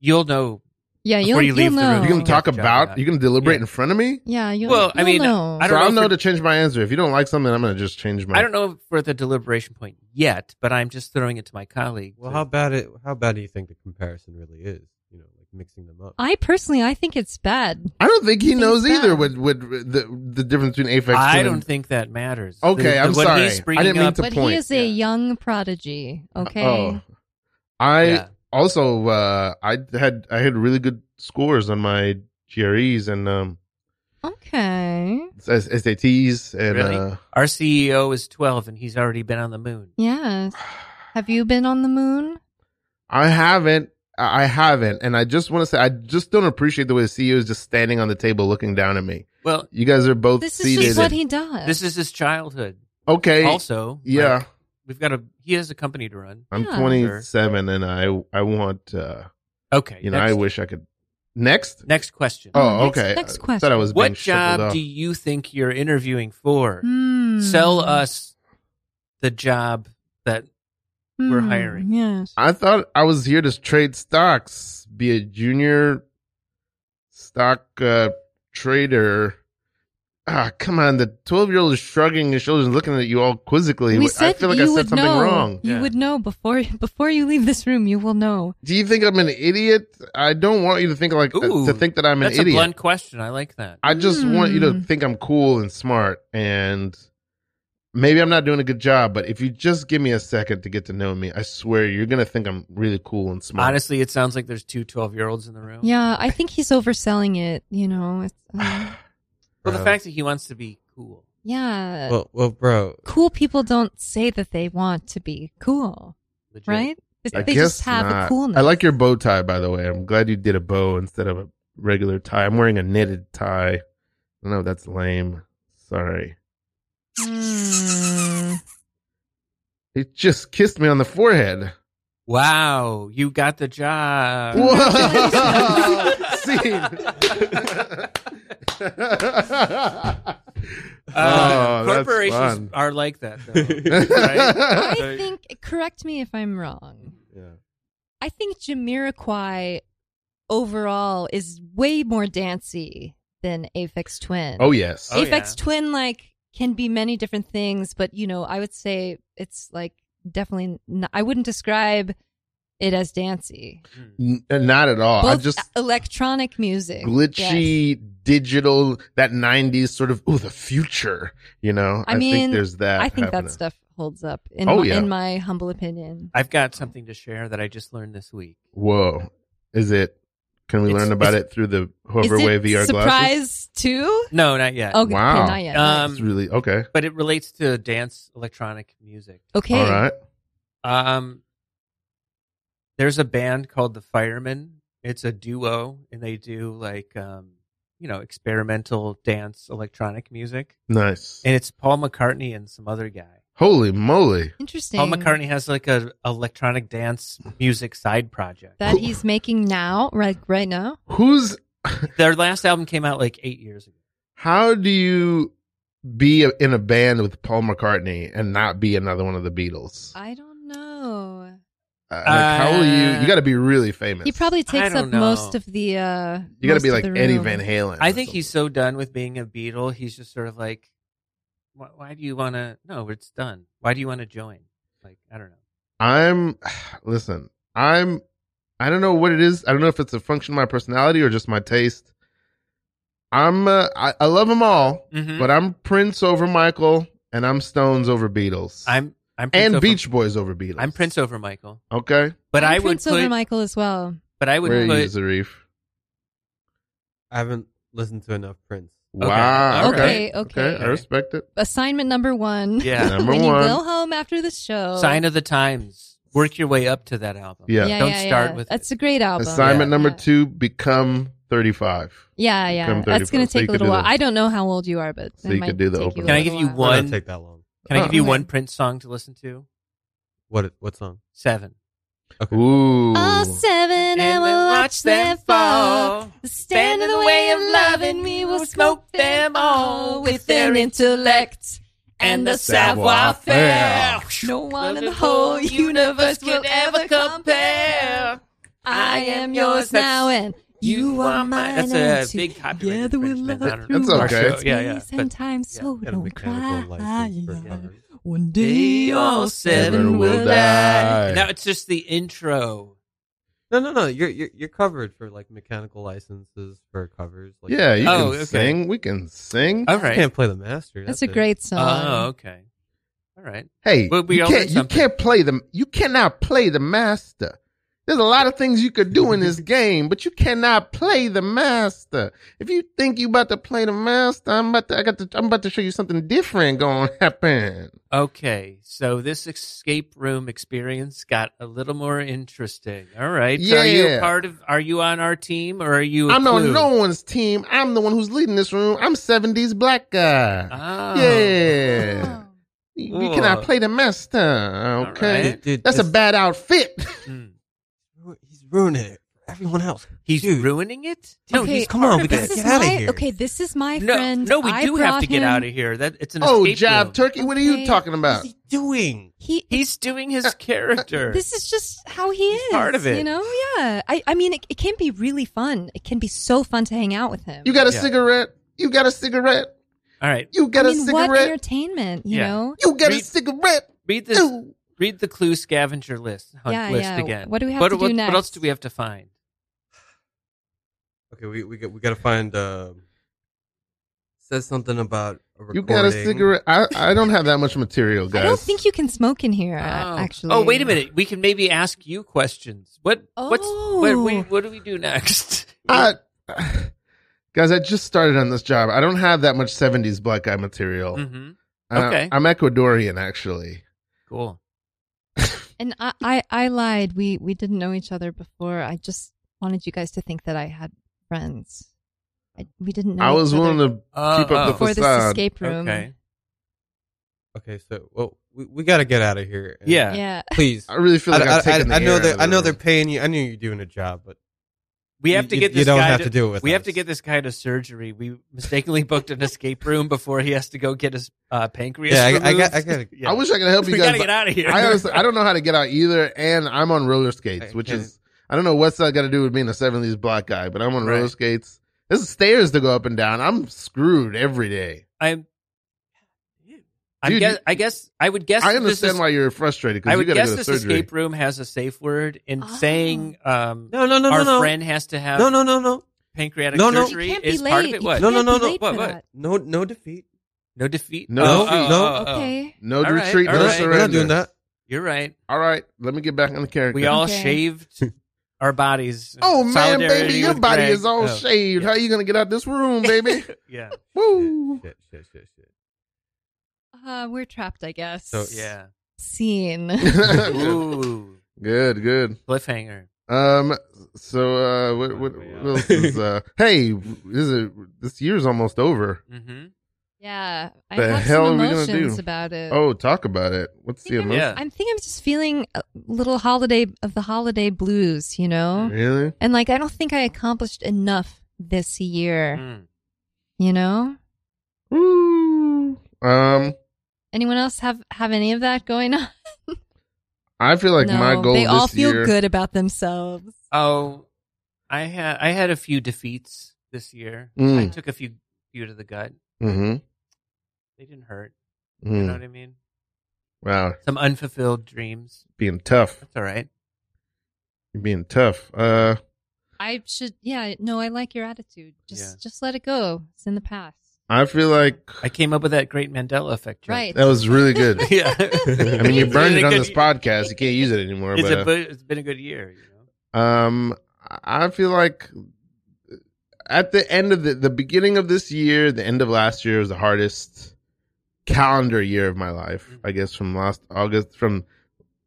[SPEAKER 4] You'll know.
[SPEAKER 3] Yeah,
[SPEAKER 4] Before
[SPEAKER 3] you'll,
[SPEAKER 4] you leave
[SPEAKER 3] will
[SPEAKER 4] the
[SPEAKER 3] know.
[SPEAKER 4] room,
[SPEAKER 2] You're going to
[SPEAKER 4] Yeah,
[SPEAKER 2] talk
[SPEAKER 4] good job,
[SPEAKER 2] about.
[SPEAKER 4] yeah.
[SPEAKER 2] You're going to deliberate
[SPEAKER 4] Oh. Yeah.
[SPEAKER 2] in front of me.
[SPEAKER 3] yeah, you'll.
[SPEAKER 4] Well, I
[SPEAKER 3] you'll
[SPEAKER 4] mean,
[SPEAKER 3] know.
[SPEAKER 4] I
[SPEAKER 2] so
[SPEAKER 4] don't
[SPEAKER 2] I'll
[SPEAKER 4] know
[SPEAKER 2] know
[SPEAKER 4] if
[SPEAKER 2] to
[SPEAKER 4] we're-
[SPEAKER 2] change my answer. If you don't like something, I'm going to just change my.
[SPEAKER 4] I don't know if we're at the deliberation point yet, but I'm just throwing it to my colleague.
[SPEAKER 5] Well,
[SPEAKER 4] to-
[SPEAKER 5] how bad it? How bad do you think the comparison really is? You know, like mixing them up.
[SPEAKER 3] I personally, I think it's bad.
[SPEAKER 2] I don't think he
[SPEAKER 3] He's
[SPEAKER 2] knows either.
[SPEAKER 3] bad.
[SPEAKER 2] With with the the difference between Aphex.
[SPEAKER 4] I
[SPEAKER 2] Twin
[SPEAKER 4] don't
[SPEAKER 2] and-
[SPEAKER 4] think that matters.
[SPEAKER 2] Okay,
[SPEAKER 4] The- the-
[SPEAKER 2] I'm
[SPEAKER 4] what
[SPEAKER 2] sorry.
[SPEAKER 4] he's
[SPEAKER 2] I
[SPEAKER 4] bringing
[SPEAKER 2] didn't mean
[SPEAKER 4] up-
[SPEAKER 2] to-
[SPEAKER 3] but
[SPEAKER 2] point,
[SPEAKER 3] he is a
[SPEAKER 4] yeah.
[SPEAKER 3] young prodigy. Okay.
[SPEAKER 2] Oh. I
[SPEAKER 4] Yeah.
[SPEAKER 2] also uh I had I had really good scores on my GREs and um
[SPEAKER 3] Okay.
[SPEAKER 2] S- SATs and
[SPEAKER 4] Really?
[SPEAKER 2] uh
[SPEAKER 4] Our CEO is 12 and he's already been on the moon.
[SPEAKER 3] Yes. Have you been on the moon?
[SPEAKER 2] I haven't I I haven't and I just want to say I just don't appreciate the way the CEO is just standing on the table looking down at me.
[SPEAKER 4] Well,
[SPEAKER 2] You guys are both
[SPEAKER 3] This is
[SPEAKER 2] seated.
[SPEAKER 3] just what he does.
[SPEAKER 4] this is his childhood.
[SPEAKER 2] okay.
[SPEAKER 4] also,
[SPEAKER 2] yeah.
[SPEAKER 4] like, we've got a. He has a company to run.
[SPEAKER 2] I'm
[SPEAKER 3] Yeah.
[SPEAKER 2] 27 and I I want uh
[SPEAKER 4] Okay.
[SPEAKER 2] You know,
[SPEAKER 4] next,
[SPEAKER 2] I wish I could. Next.
[SPEAKER 4] next question.
[SPEAKER 2] Oh,
[SPEAKER 3] next-
[SPEAKER 2] okay.
[SPEAKER 3] next
[SPEAKER 2] I thought I was
[SPEAKER 4] what
[SPEAKER 2] being shuffled
[SPEAKER 4] job
[SPEAKER 2] off.
[SPEAKER 4] do you think you're interviewing for?
[SPEAKER 3] Hmm.
[SPEAKER 4] Sell uh, us the job that we're
[SPEAKER 3] Hmm,
[SPEAKER 4] hiring.
[SPEAKER 3] Yes.
[SPEAKER 2] I thought I was here to trade stocks, be a junior stock uh, trader. Ah, come on! The twelve-year-old is shrugging his shoulders and looking at you all quizzically.
[SPEAKER 3] we
[SPEAKER 2] What-
[SPEAKER 3] said
[SPEAKER 2] I feel like
[SPEAKER 3] you
[SPEAKER 2] I said
[SPEAKER 3] would
[SPEAKER 2] something
[SPEAKER 3] know.
[SPEAKER 2] wrong.
[SPEAKER 3] You
[SPEAKER 4] Yeah.
[SPEAKER 3] would know before before you leave this room. You will know.
[SPEAKER 2] Do you think I'm an idiot? I don't want you to think like
[SPEAKER 4] Ooh,
[SPEAKER 2] to think that I'm an
[SPEAKER 4] That's a
[SPEAKER 2] idiot.
[SPEAKER 4] blunt question. I like that.
[SPEAKER 2] I just want you
[SPEAKER 3] Hmm.
[SPEAKER 2] to think I'm cool and smart and maybe I'm not doing a good job, but if you just give me a second to get to know me, I swear you're going to think I'm really cool and smart.
[SPEAKER 4] Honestly, it sounds like there's two 12 year olds in the room.
[SPEAKER 3] Yeah, I think he's overselling it. You know, it's, uh,
[SPEAKER 4] Well, the
[SPEAKER 5] Bro.
[SPEAKER 4] fact that he wants to be cool.
[SPEAKER 3] yeah.
[SPEAKER 5] Well, well, bro.
[SPEAKER 3] cool people don't say that they want to be cool,
[SPEAKER 4] Legit.
[SPEAKER 3] right? They,
[SPEAKER 2] I
[SPEAKER 3] they
[SPEAKER 2] guess
[SPEAKER 3] just have
[SPEAKER 2] not.
[SPEAKER 3] a coolness.
[SPEAKER 2] I like your bow tie, by the way. I'm glad you did a bow instead of a regular tie. I'm wearing a knitted tie. I know that's lame. Sorry.
[SPEAKER 3] Hmm.
[SPEAKER 2] He just kissed me on the forehead.
[SPEAKER 4] Wow, you got the job.
[SPEAKER 2] Whoa! Scene.
[SPEAKER 4] Uh,
[SPEAKER 2] Oh, that's
[SPEAKER 4] corporations
[SPEAKER 2] fun.
[SPEAKER 4] are like that, though. right?
[SPEAKER 3] I think. Correct me if I'm wrong.
[SPEAKER 5] Yeah.
[SPEAKER 3] I think Jamiroquai overall is way more dancey than Aphex Twin.
[SPEAKER 2] Oh yes.
[SPEAKER 4] Oh,
[SPEAKER 3] Aphex
[SPEAKER 4] yeah.
[SPEAKER 3] Twin like can be many different things, but you know, I would say it's like definitely. Not, I wouldn't describe it as dancey.
[SPEAKER 4] Hmm.
[SPEAKER 2] N- not at all. I
[SPEAKER 3] Both e,
[SPEAKER 2] just
[SPEAKER 3] electronic music, yes.
[SPEAKER 2] glitchy digital that 90s sort of oh the future, you know.
[SPEAKER 3] I mean,
[SPEAKER 2] think there's that
[SPEAKER 3] I think
[SPEAKER 2] happening.
[SPEAKER 3] that stuff holds up in
[SPEAKER 2] Oh,
[SPEAKER 3] my,
[SPEAKER 2] yeah.
[SPEAKER 3] in my humble opinion.
[SPEAKER 4] I've got something to share that I just learned this week.
[SPEAKER 2] Whoa. Is it can we
[SPEAKER 4] It's-
[SPEAKER 2] learn about
[SPEAKER 4] it's-
[SPEAKER 2] it through the
[SPEAKER 3] Is
[SPEAKER 2] hover wave
[SPEAKER 3] it
[SPEAKER 2] VR glasses?
[SPEAKER 3] surprise too?
[SPEAKER 4] No, not yet.
[SPEAKER 3] Oh, okay,
[SPEAKER 2] Wow.
[SPEAKER 3] not yet.
[SPEAKER 4] Um,
[SPEAKER 2] It's really okay.
[SPEAKER 4] But it relates to dance electronic music.
[SPEAKER 3] okay,
[SPEAKER 2] All right.
[SPEAKER 4] Um, there's a band called the Firemen. It's a duo, and they do like um, you know experimental dance electronic music.
[SPEAKER 2] Nice.
[SPEAKER 4] And it's Paul McCartney and some other guy.
[SPEAKER 2] Holy moly.
[SPEAKER 3] interesting.
[SPEAKER 4] Paul McCartney has like a electronic dance music side project.
[SPEAKER 3] that he's making now, right? Right now,
[SPEAKER 2] Who's
[SPEAKER 4] Their last album came out like eight years ago.
[SPEAKER 2] how do you be a- in a band with Paul McCartney and not be another one of the Beatles?
[SPEAKER 3] I don't know.
[SPEAKER 2] Uh, like how will you?
[SPEAKER 4] Uh,
[SPEAKER 2] You got to be really famous.
[SPEAKER 3] He probably
[SPEAKER 4] I
[SPEAKER 3] takes
[SPEAKER 4] don't
[SPEAKER 3] up
[SPEAKER 4] know.
[SPEAKER 3] most of the. uh
[SPEAKER 2] You got to
[SPEAKER 3] most
[SPEAKER 2] be
[SPEAKER 3] of
[SPEAKER 2] like
[SPEAKER 3] the
[SPEAKER 2] Eddie
[SPEAKER 3] room.
[SPEAKER 2] Van Halen.
[SPEAKER 4] I
[SPEAKER 2] or
[SPEAKER 4] think he's
[SPEAKER 2] something.
[SPEAKER 4] so done with being a Beatle. He's just sort of like, why, why do you want to? No, it's done. Why do you want to join? Like, I don't know.
[SPEAKER 2] I'm. Listen, I'm. I don't know what it is. I don't know if it's a function of my personality or just my taste. I'm. Uh, I, I love them all,
[SPEAKER 4] Mhm.
[SPEAKER 2] but I'm Prince over Michael, and I'm Stones over Beatles.
[SPEAKER 4] I'm I'm Prince
[SPEAKER 2] and
[SPEAKER 4] over,
[SPEAKER 2] Beach Boys over Beatles.
[SPEAKER 4] I'm Prince over Michael,
[SPEAKER 2] Okay,
[SPEAKER 4] but
[SPEAKER 3] I'm
[SPEAKER 4] i would
[SPEAKER 3] Prince over
[SPEAKER 4] put
[SPEAKER 3] Michael as well.
[SPEAKER 4] but I would
[SPEAKER 2] where are you,
[SPEAKER 4] put
[SPEAKER 2] Zarif?
[SPEAKER 5] I haven't listened to enough Prince.
[SPEAKER 2] Wow.
[SPEAKER 4] all
[SPEAKER 2] Okay.
[SPEAKER 3] right. Okay, okay.
[SPEAKER 2] I respect it.
[SPEAKER 3] Assignment number one.
[SPEAKER 4] yeah
[SPEAKER 2] Number
[SPEAKER 3] when
[SPEAKER 2] one.
[SPEAKER 3] you go home after the show.
[SPEAKER 4] sign of the times. Work your way up to that album.
[SPEAKER 2] Yeah.
[SPEAKER 4] don't start with
[SPEAKER 3] That's
[SPEAKER 4] it.
[SPEAKER 3] a great album.
[SPEAKER 2] Assignment
[SPEAKER 3] Yeah.
[SPEAKER 2] number
[SPEAKER 3] Yeah.
[SPEAKER 2] two: Become thirty-five.
[SPEAKER 3] Yeah, yeah.
[SPEAKER 2] Become
[SPEAKER 3] That's going
[SPEAKER 2] 35,
[SPEAKER 3] to
[SPEAKER 2] so you
[SPEAKER 3] take a
[SPEAKER 2] could
[SPEAKER 3] little
[SPEAKER 2] do
[SPEAKER 3] while.
[SPEAKER 2] the-
[SPEAKER 3] I don't know how old you are, but
[SPEAKER 2] So
[SPEAKER 3] it
[SPEAKER 2] you could
[SPEAKER 3] might
[SPEAKER 2] do the
[SPEAKER 3] take
[SPEAKER 2] opening.
[SPEAKER 3] a
[SPEAKER 4] Can I
[SPEAKER 3] little
[SPEAKER 4] give you
[SPEAKER 3] while.
[SPEAKER 5] It
[SPEAKER 4] one-
[SPEAKER 5] doesn't take that long.
[SPEAKER 4] Can I give you
[SPEAKER 3] Okay.
[SPEAKER 4] one Prince song to listen to?
[SPEAKER 5] What? What song?
[SPEAKER 4] Seven.
[SPEAKER 5] Okay.
[SPEAKER 2] Ooh.
[SPEAKER 3] All seven and we'll watch them fall. Stand in the way of love and we will smoke them all with their intellect and the savoir faire. No one in the whole universe will ever compare. I am yours now and you are mine.
[SPEAKER 4] That's a
[SPEAKER 3] and
[SPEAKER 4] big copyright
[SPEAKER 3] Together we
[SPEAKER 4] infringement. I
[SPEAKER 3] love
[SPEAKER 4] don't know.
[SPEAKER 2] That's okay.
[SPEAKER 4] Our show,
[SPEAKER 3] space
[SPEAKER 4] Yeah, yeah.
[SPEAKER 3] and
[SPEAKER 4] But
[SPEAKER 3] time, so
[SPEAKER 5] Got a
[SPEAKER 3] don't
[SPEAKER 5] mechanical
[SPEAKER 3] cry.
[SPEAKER 5] license for covers.
[SPEAKER 3] One day all seven
[SPEAKER 2] Seven will
[SPEAKER 3] will die.
[SPEAKER 2] die.
[SPEAKER 4] now it's just the intro.
[SPEAKER 5] No, no, no. You're, you're you're covered for like mechanical licenses for covers. Like,
[SPEAKER 2] Yeah, you
[SPEAKER 4] Oh,
[SPEAKER 2] can
[SPEAKER 4] okay.
[SPEAKER 2] sing. We can sing.
[SPEAKER 4] All
[SPEAKER 5] I
[SPEAKER 4] right.
[SPEAKER 5] can't play the master.
[SPEAKER 3] That's a great
[SPEAKER 4] Oh,
[SPEAKER 3] song.
[SPEAKER 4] okay. All right.
[SPEAKER 2] Hey,
[SPEAKER 4] But we
[SPEAKER 2] you
[SPEAKER 4] all did
[SPEAKER 2] can't. You
[SPEAKER 4] something.
[SPEAKER 2] can't play the. You cannot play the master. There's a lot of things you could do in this game, but you cannot play the master. If you think you' about to play the master, I'm about to. I got to. I'm about to show you something different going to happen.
[SPEAKER 4] Okay. So this escape room experience got a little more interesting. All right. So Are you
[SPEAKER 2] Yeah.
[SPEAKER 4] a part of? Are you on our team or are you? i
[SPEAKER 2] I'm on no one's team. I'm the one who's leading this room. I'm 70s black guy.
[SPEAKER 4] Oh.
[SPEAKER 2] Yeah. You you cannot
[SPEAKER 4] Whoa.
[SPEAKER 2] play the master.
[SPEAKER 4] All
[SPEAKER 2] Okay.
[SPEAKER 4] right.
[SPEAKER 5] Dude,
[SPEAKER 2] That's a
[SPEAKER 5] just-
[SPEAKER 2] bad outfit.
[SPEAKER 4] Hmm.
[SPEAKER 5] He's ruining it. everyone else.
[SPEAKER 4] He's
[SPEAKER 5] Dude.
[SPEAKER 4] ruining it.
[SPEAKER 5] Dude,
[SPEAKER 3] Okay,
[SPEAKER 5] he's- come on, we
[SPEAKER 4] This
[SPEAKER 5] gotta
[SPEAKER 3] is
[SPEAKER 5] get out of
[SPEAKER 3] my-
[SPEAKER 5] here.
[SPEAKER 3] Okay, this is my
[SPEAKER 4] No,
[SPEAKER 3] friend.
[SPEAKER 4] no, we
[SPEAKER 3] I
[SPEAKER 4] do have to
[SPEAKER 3] brought him.
[SPEAKER 4] get out of here. That it's an
[SPEAKER 2] Oh,
[SPEAKER 4] escape
[SPEAKER 2] Jab
[SPEAKER 4] room.
[SPEAKER 2] Turkey, what are you
[SPEAKER 3] Okay.
[SPEAKER 2] talking
[SPEAKER 5] What
[SPEAKER 2] about?
[SPEAKER 5] is he doing?
[SPEAKER 3] He
[SPEAKER 4] He's doing
[SPEAKER 2] Uh,
[SPEAKER 4] his character.
[SPEAKER 3] This is just how he
[SPEAKER 4] He's
[SPEAKER 3] is.
[SPEAKER 4] part of it.
[SPEAKER 3] You know, yeah. I, I mean, it, it can be really fun. It can be so fun to hang out with him.
[SPEAKER 2] You got a
[SPEAKER 4] Yeah.
[SPEAKER 2] cigarette? You got a cigarette?
[SPEAKER 4] All right,
[SPEAKER 2] You
[SPEAKER 3] I
[SPEAKER 2] got a
[SPEAKER 3] mean,
[SPEAKER 2] cigarette?
[SPEAKER 3] what entertainment, you
[SPEAKER 4] Yeah.
[SPEAKER 3] know?
[SPEAKER 2] You got a
[SPEAKER 4] Read-
[SPEAKER 2] cigarette?
[SPEAKER 4] read this.
[SPEAKER 2] Ooh.
[SPEAKER 4] Read the clue scavenger list. Hunt
[SPEAKER 3] Yeah,
[SPEAKER 4] list
[SPEAKER 3] yeah.
[SPEAKER 4] again.
[SPEAKER 3] What do we have
[SPEAKER 4] what,
[SPEAKER 3] to do
[SPEAKER 4] what,
[SPEAKER 3] next?
[SPEAKER 4] What else do we have to find?
[SPEAKER 5] Okay, we we got we gotta find. Um, says something about a
[SPEAKER 2] You got a
[SPEAKER 5] recording.
[SPEAKER 2] cigarette? I, I don't have that much material, guys.
[SPEAKER 3] I don't think you can smoke in here, uh,
[SPEAKER 4] oh.
[SPEAKER 3] actually.
[SPEAKER 4] Oh, wait a minute. We can maybe ask you questions. What? What's? What,
[SPEAKER 3] Oh.
[SPEAKER 4] what, what do we do next?
[SPEAKER 2] I, guys, I just started on this job. I don't have that much 70s black guy material.
[SPEAKER 4] hmm
[SPEAKER 2] Uh,
[SPEAKER 4] okay.
[SPEAKER 2] I'm Ecuadorian, actually.
[SPEAKER 4] Cool.
[SPEAKER 3] And I, I, I lied. We, we didn't know each other before. I just wanted you guys to think that I had friends. I, we didn't know.
[SPEAKER 2] I was willing to
[SPEAKER 4] Uh,
[SPEAKER 2] keep up the
[SPEAKER 3] for this
[SPEAKER 2] facade.
[SPEAKER 3] escape room.
[SPEAKER 4] Okay.
[SPEAKER 5] Okay, so well, we, we gotta get out of here. And
[SPEAKER 4] Yeah.
[SPEAKER 3] Yeah.
[SPEAKER 5] please.
[SPEAKER 2] I really feel like I,
[SPEAKER 5] I,
[SPEAKER 2] am
[SPEAKER 5] I,
[SPEAKER 2] taking the
[SPEAKER 5] I know
[SPEAKER 2] air
[SPEAKER 5] they're
[SPEAKER 2] out of
[SPEAKER 5] I
[SPEAKER 2] the
[SPEAKER 5] know
[SPEAKER 2] room.
[SPEAKER 5] they're paying you. I know you're doing a job, but
[SPEAKER 4] We have
[SPEAKER 5] you-
[SPEAKER 4] to
[SPEAKER 5] you-
[SPEAKER 4] get this
[SPEAKER 5] You don't
[SPEAKER 4] guy
[SPEAKER 5] have
[SPEAKER 4] to,
[SPEAKER 5] to do it with.
[SPEAKER 4] we have
[SPEAKER 5] us.
[SPEAKER 4] to get this guy to surgery. We mistakenly booked an escape room before he has to go get his uh, pancreas.
[SPEAKER 5] Yeah, I, I
[SPEAKER 4] removed.
[SPEAKER 5] got. I got.
[SPEAKER 4] Yeah.
[SPEAKER 2] I wish I could help
[SPEAKER 4] we
[SPEAKER 2] you
[SPEAKER 4] gotta
[SPEAKER 2] guys.
[SPEAKER 4] get out of here.
[SPEAKER 2] but I honestly, I don't know how to get out either, and I'm on roller skates,
[SPEAKER 5] I
[SPEAKER 2] which
[SPEAKER 5] can't-
[SPEAKER 2] is I don't know what's that got to do with being a 70s black guy, but I'm on roller
[SPEAKER 4] Right.
[SPEAKER 2] skates. There's stairs to go up and down. I'm screwed every day.
[SPEAKER 4] I'm. I
[SPEAKER 2] Dude,
[SPEAKER 4] guess.
[SPEAKER 2] you-
[SPEAKER 4] I guess. I would guess.
[SPEAKER 2] I
[SPEAKER 4] that this
[SPEAKER 2] understand
[SPEAKER 4] is-
[SPEAKER 2] why you're frustrated
[SPEAKER 4] I
[SPEAKER 2] because you
[SPEAKER 4] would
[SPEAKER 2] got
[SPEAKER 4] guess
[SPEAKER 2] to go to
[SPEAKER 4] this
[SPEAKER 2] surgery.
[SPEAKER 4] escape room has a safe word, and
[SPEAKER 3] Oh.
[SPEAKER 4] saying um,
[SPEAKER 5] No, no, no,
[SPEAKER 4] our
[SPEAKER 5] no, no,
[SPEAKER 4] friend has to have
[SPEAKER 5] no, no, no, no,
[SPEAKER 4] pancreatic
[SPEAKER 5] No, no. You
[SPEAKER 4] surgery
[SPEAKER 3] can't be
[SPEAKER 4] is part of
[SPEAKER 3] late.
[SPEAKER 4] it.
[SPEAKER 3] You
[SPEAKER 4] What?
[SPEAKER 5] no,
[SPEAKER 3] No,
[SPEAKER 5] no, no, no.
[SPEAKER 3] late
[SPEAKER 4] What,
[SPEAKER 3] for
[SPEAKER 4] what?
[SPEAKER 3] that.
[SPEAKER 5] no, no defeat.
[SPEAKER 4] No defeat.
[SPEAKER 2] No
[SPEAKER 4] Oh,
[SPEAKER 5] defeat,
[SPEAKER 4] oh,
[SPEAKER 5] no.
[SPEAKER 4] oh, oh.
[SPEAKER 3] Okay.
[SPEAKER 2] No
[SPEAKER 4] All right,
[SPEAKER 2] retreat,
[SPEAKER 4] all
[SPEAKER 2] no
[SPEAKER 4] right.
[SPEAKER 5] We're not
[SPEAKER 2] surrender.
[SPEAKER 5] doing that.
[SPEAKER 4] You're right.
[SPEAKER 2] All right, let me get back on the character.
[SPEAKER 4] We all
[SPEAKER 3] Okay.
[SPEAKER 4] shaved our bodies. in
[SPEAKER 2] oh man, baby,
[SPEAKER 4] solidarity
[SPEAKER 2] your
[SPEAKER 4] with
[SPEAKER 2] body
[SPEAKER 4] Greg.
[SPEAKER 2] is all
[SPEAKER 4] Oh,
[SPEAKER 2] shaved. How you gonna get out this room, baby?
[SPEAKER 4] Yeah.
[SPEAKER 2] Woo!
[SPEAKER 5] Shit, shit, shit, shit.
[SPEAKER 3] Uh, we're trapped, I guess.
[SPEAKER 5] So-
[SPEAKER 4] Yeah.
[SPEAKER 3] Scene.
[SPEAKER 2] good,
[SPEAKER 4] Ooh.
[SPEAKER 2] good.
[SPEAKER 4] Cliffhanger.
[SPEAKER 2] Um, so uh, what, what,
[SPEAKER 5] Yeah.
[SPEAKER 2] what else is uh? hey, this is this year's almost over.
[SPEAKER 4] hmm
[SPEAKER 3] Yeah. I
[SPEAKER 2] The
[SPEAKER 3] have
[SPEAKER 2] hell
[SPEAKER 3] some
[SPEAKER 2] are we gonna
[SPEAKER 3] emotions
[SPEAKER 2] do?
[SPEAKER 3] about it.
[SPEAKER 2] Oh, talk about it. What's the
[SPEAKER 3] think I'm,
[SPEAKER 2] emotion?
[SPEAKER 4] Yeah.
[SPEAKER 3] I'm think I'm just feeling a little holiday of the holiday blues, you know?
[SPEAKER 2] Really?
[SPEAKER 3] And like I don't think I accomplished enough this year,
[SPEAKER 4] Mm.
[SPEAKER 3] you know?
[SPEAKER 2] Woo. Um,
[SPEAKER 3] Anyone else have have any of that going on?
[SPEAKER 2] I feel like
[SPEAKER 3] no,
[SPEAKER 2] my goal
[SPEAKER 3] they
[SPEAKER 2] this
[SPEAKER 3] all feel
[SPEAKER 2] year.
[SPEAKER 3] good about themselves.
[SPEAKER 4] Oh, I had I had a few defeats this year.
[SPEAKER 2] Mm.
[SPEAKER 4] I took a few few to the gut.
[SPEAKER 2] Mm-hmm.
[SPEAKER 4] They didn't hurt. You know
[SPEAKER 2] Mm.
[SPEAKER 4] what I mean?
[SPEAKER 2] Wow,
[SPEAKER 4] Some unfulfilled dreams.
[SPEAKER 2] being tough.
[SPEAKER 4] That's all right.
[SPEAKER 2] You're being tough. Uh,
[SPEAKER 3] I should yeah, no, I like your attitude. Just
[SPEAKER 4] Yeah.
[SPEAKER 3] just let it go. It's in the past.
[SPEAKER 2] I feel like
[SPEAKER 4] I came up with that great Mandela effect. joke.
[SPEAKER 3] Right.
[SPEAKER 2] that was really good.
[SPEAKER 4] yeah.
[SPEAKER 2] I mean, you
[SPEAKER 4] It's
[SPEAKER 2] burned
[SPEAKER 4] been
[SPEAKER 2] it
[SPEAKER 4] a
[SPEAKER 2] on
[SPEAKER 4] good-
[SPEAKER 2] this podcast. You can't use it anymore.
[SPEAKER 4] It's,
[SPEAKER 2] but,
[SPEAKER 4] a, bu- it's been a good year. You know?
[SPEAKER 2] Um, I feel like at the end of the the beginning of this year, the end of last year was the hardest calendar year of my life. I guess from last August, from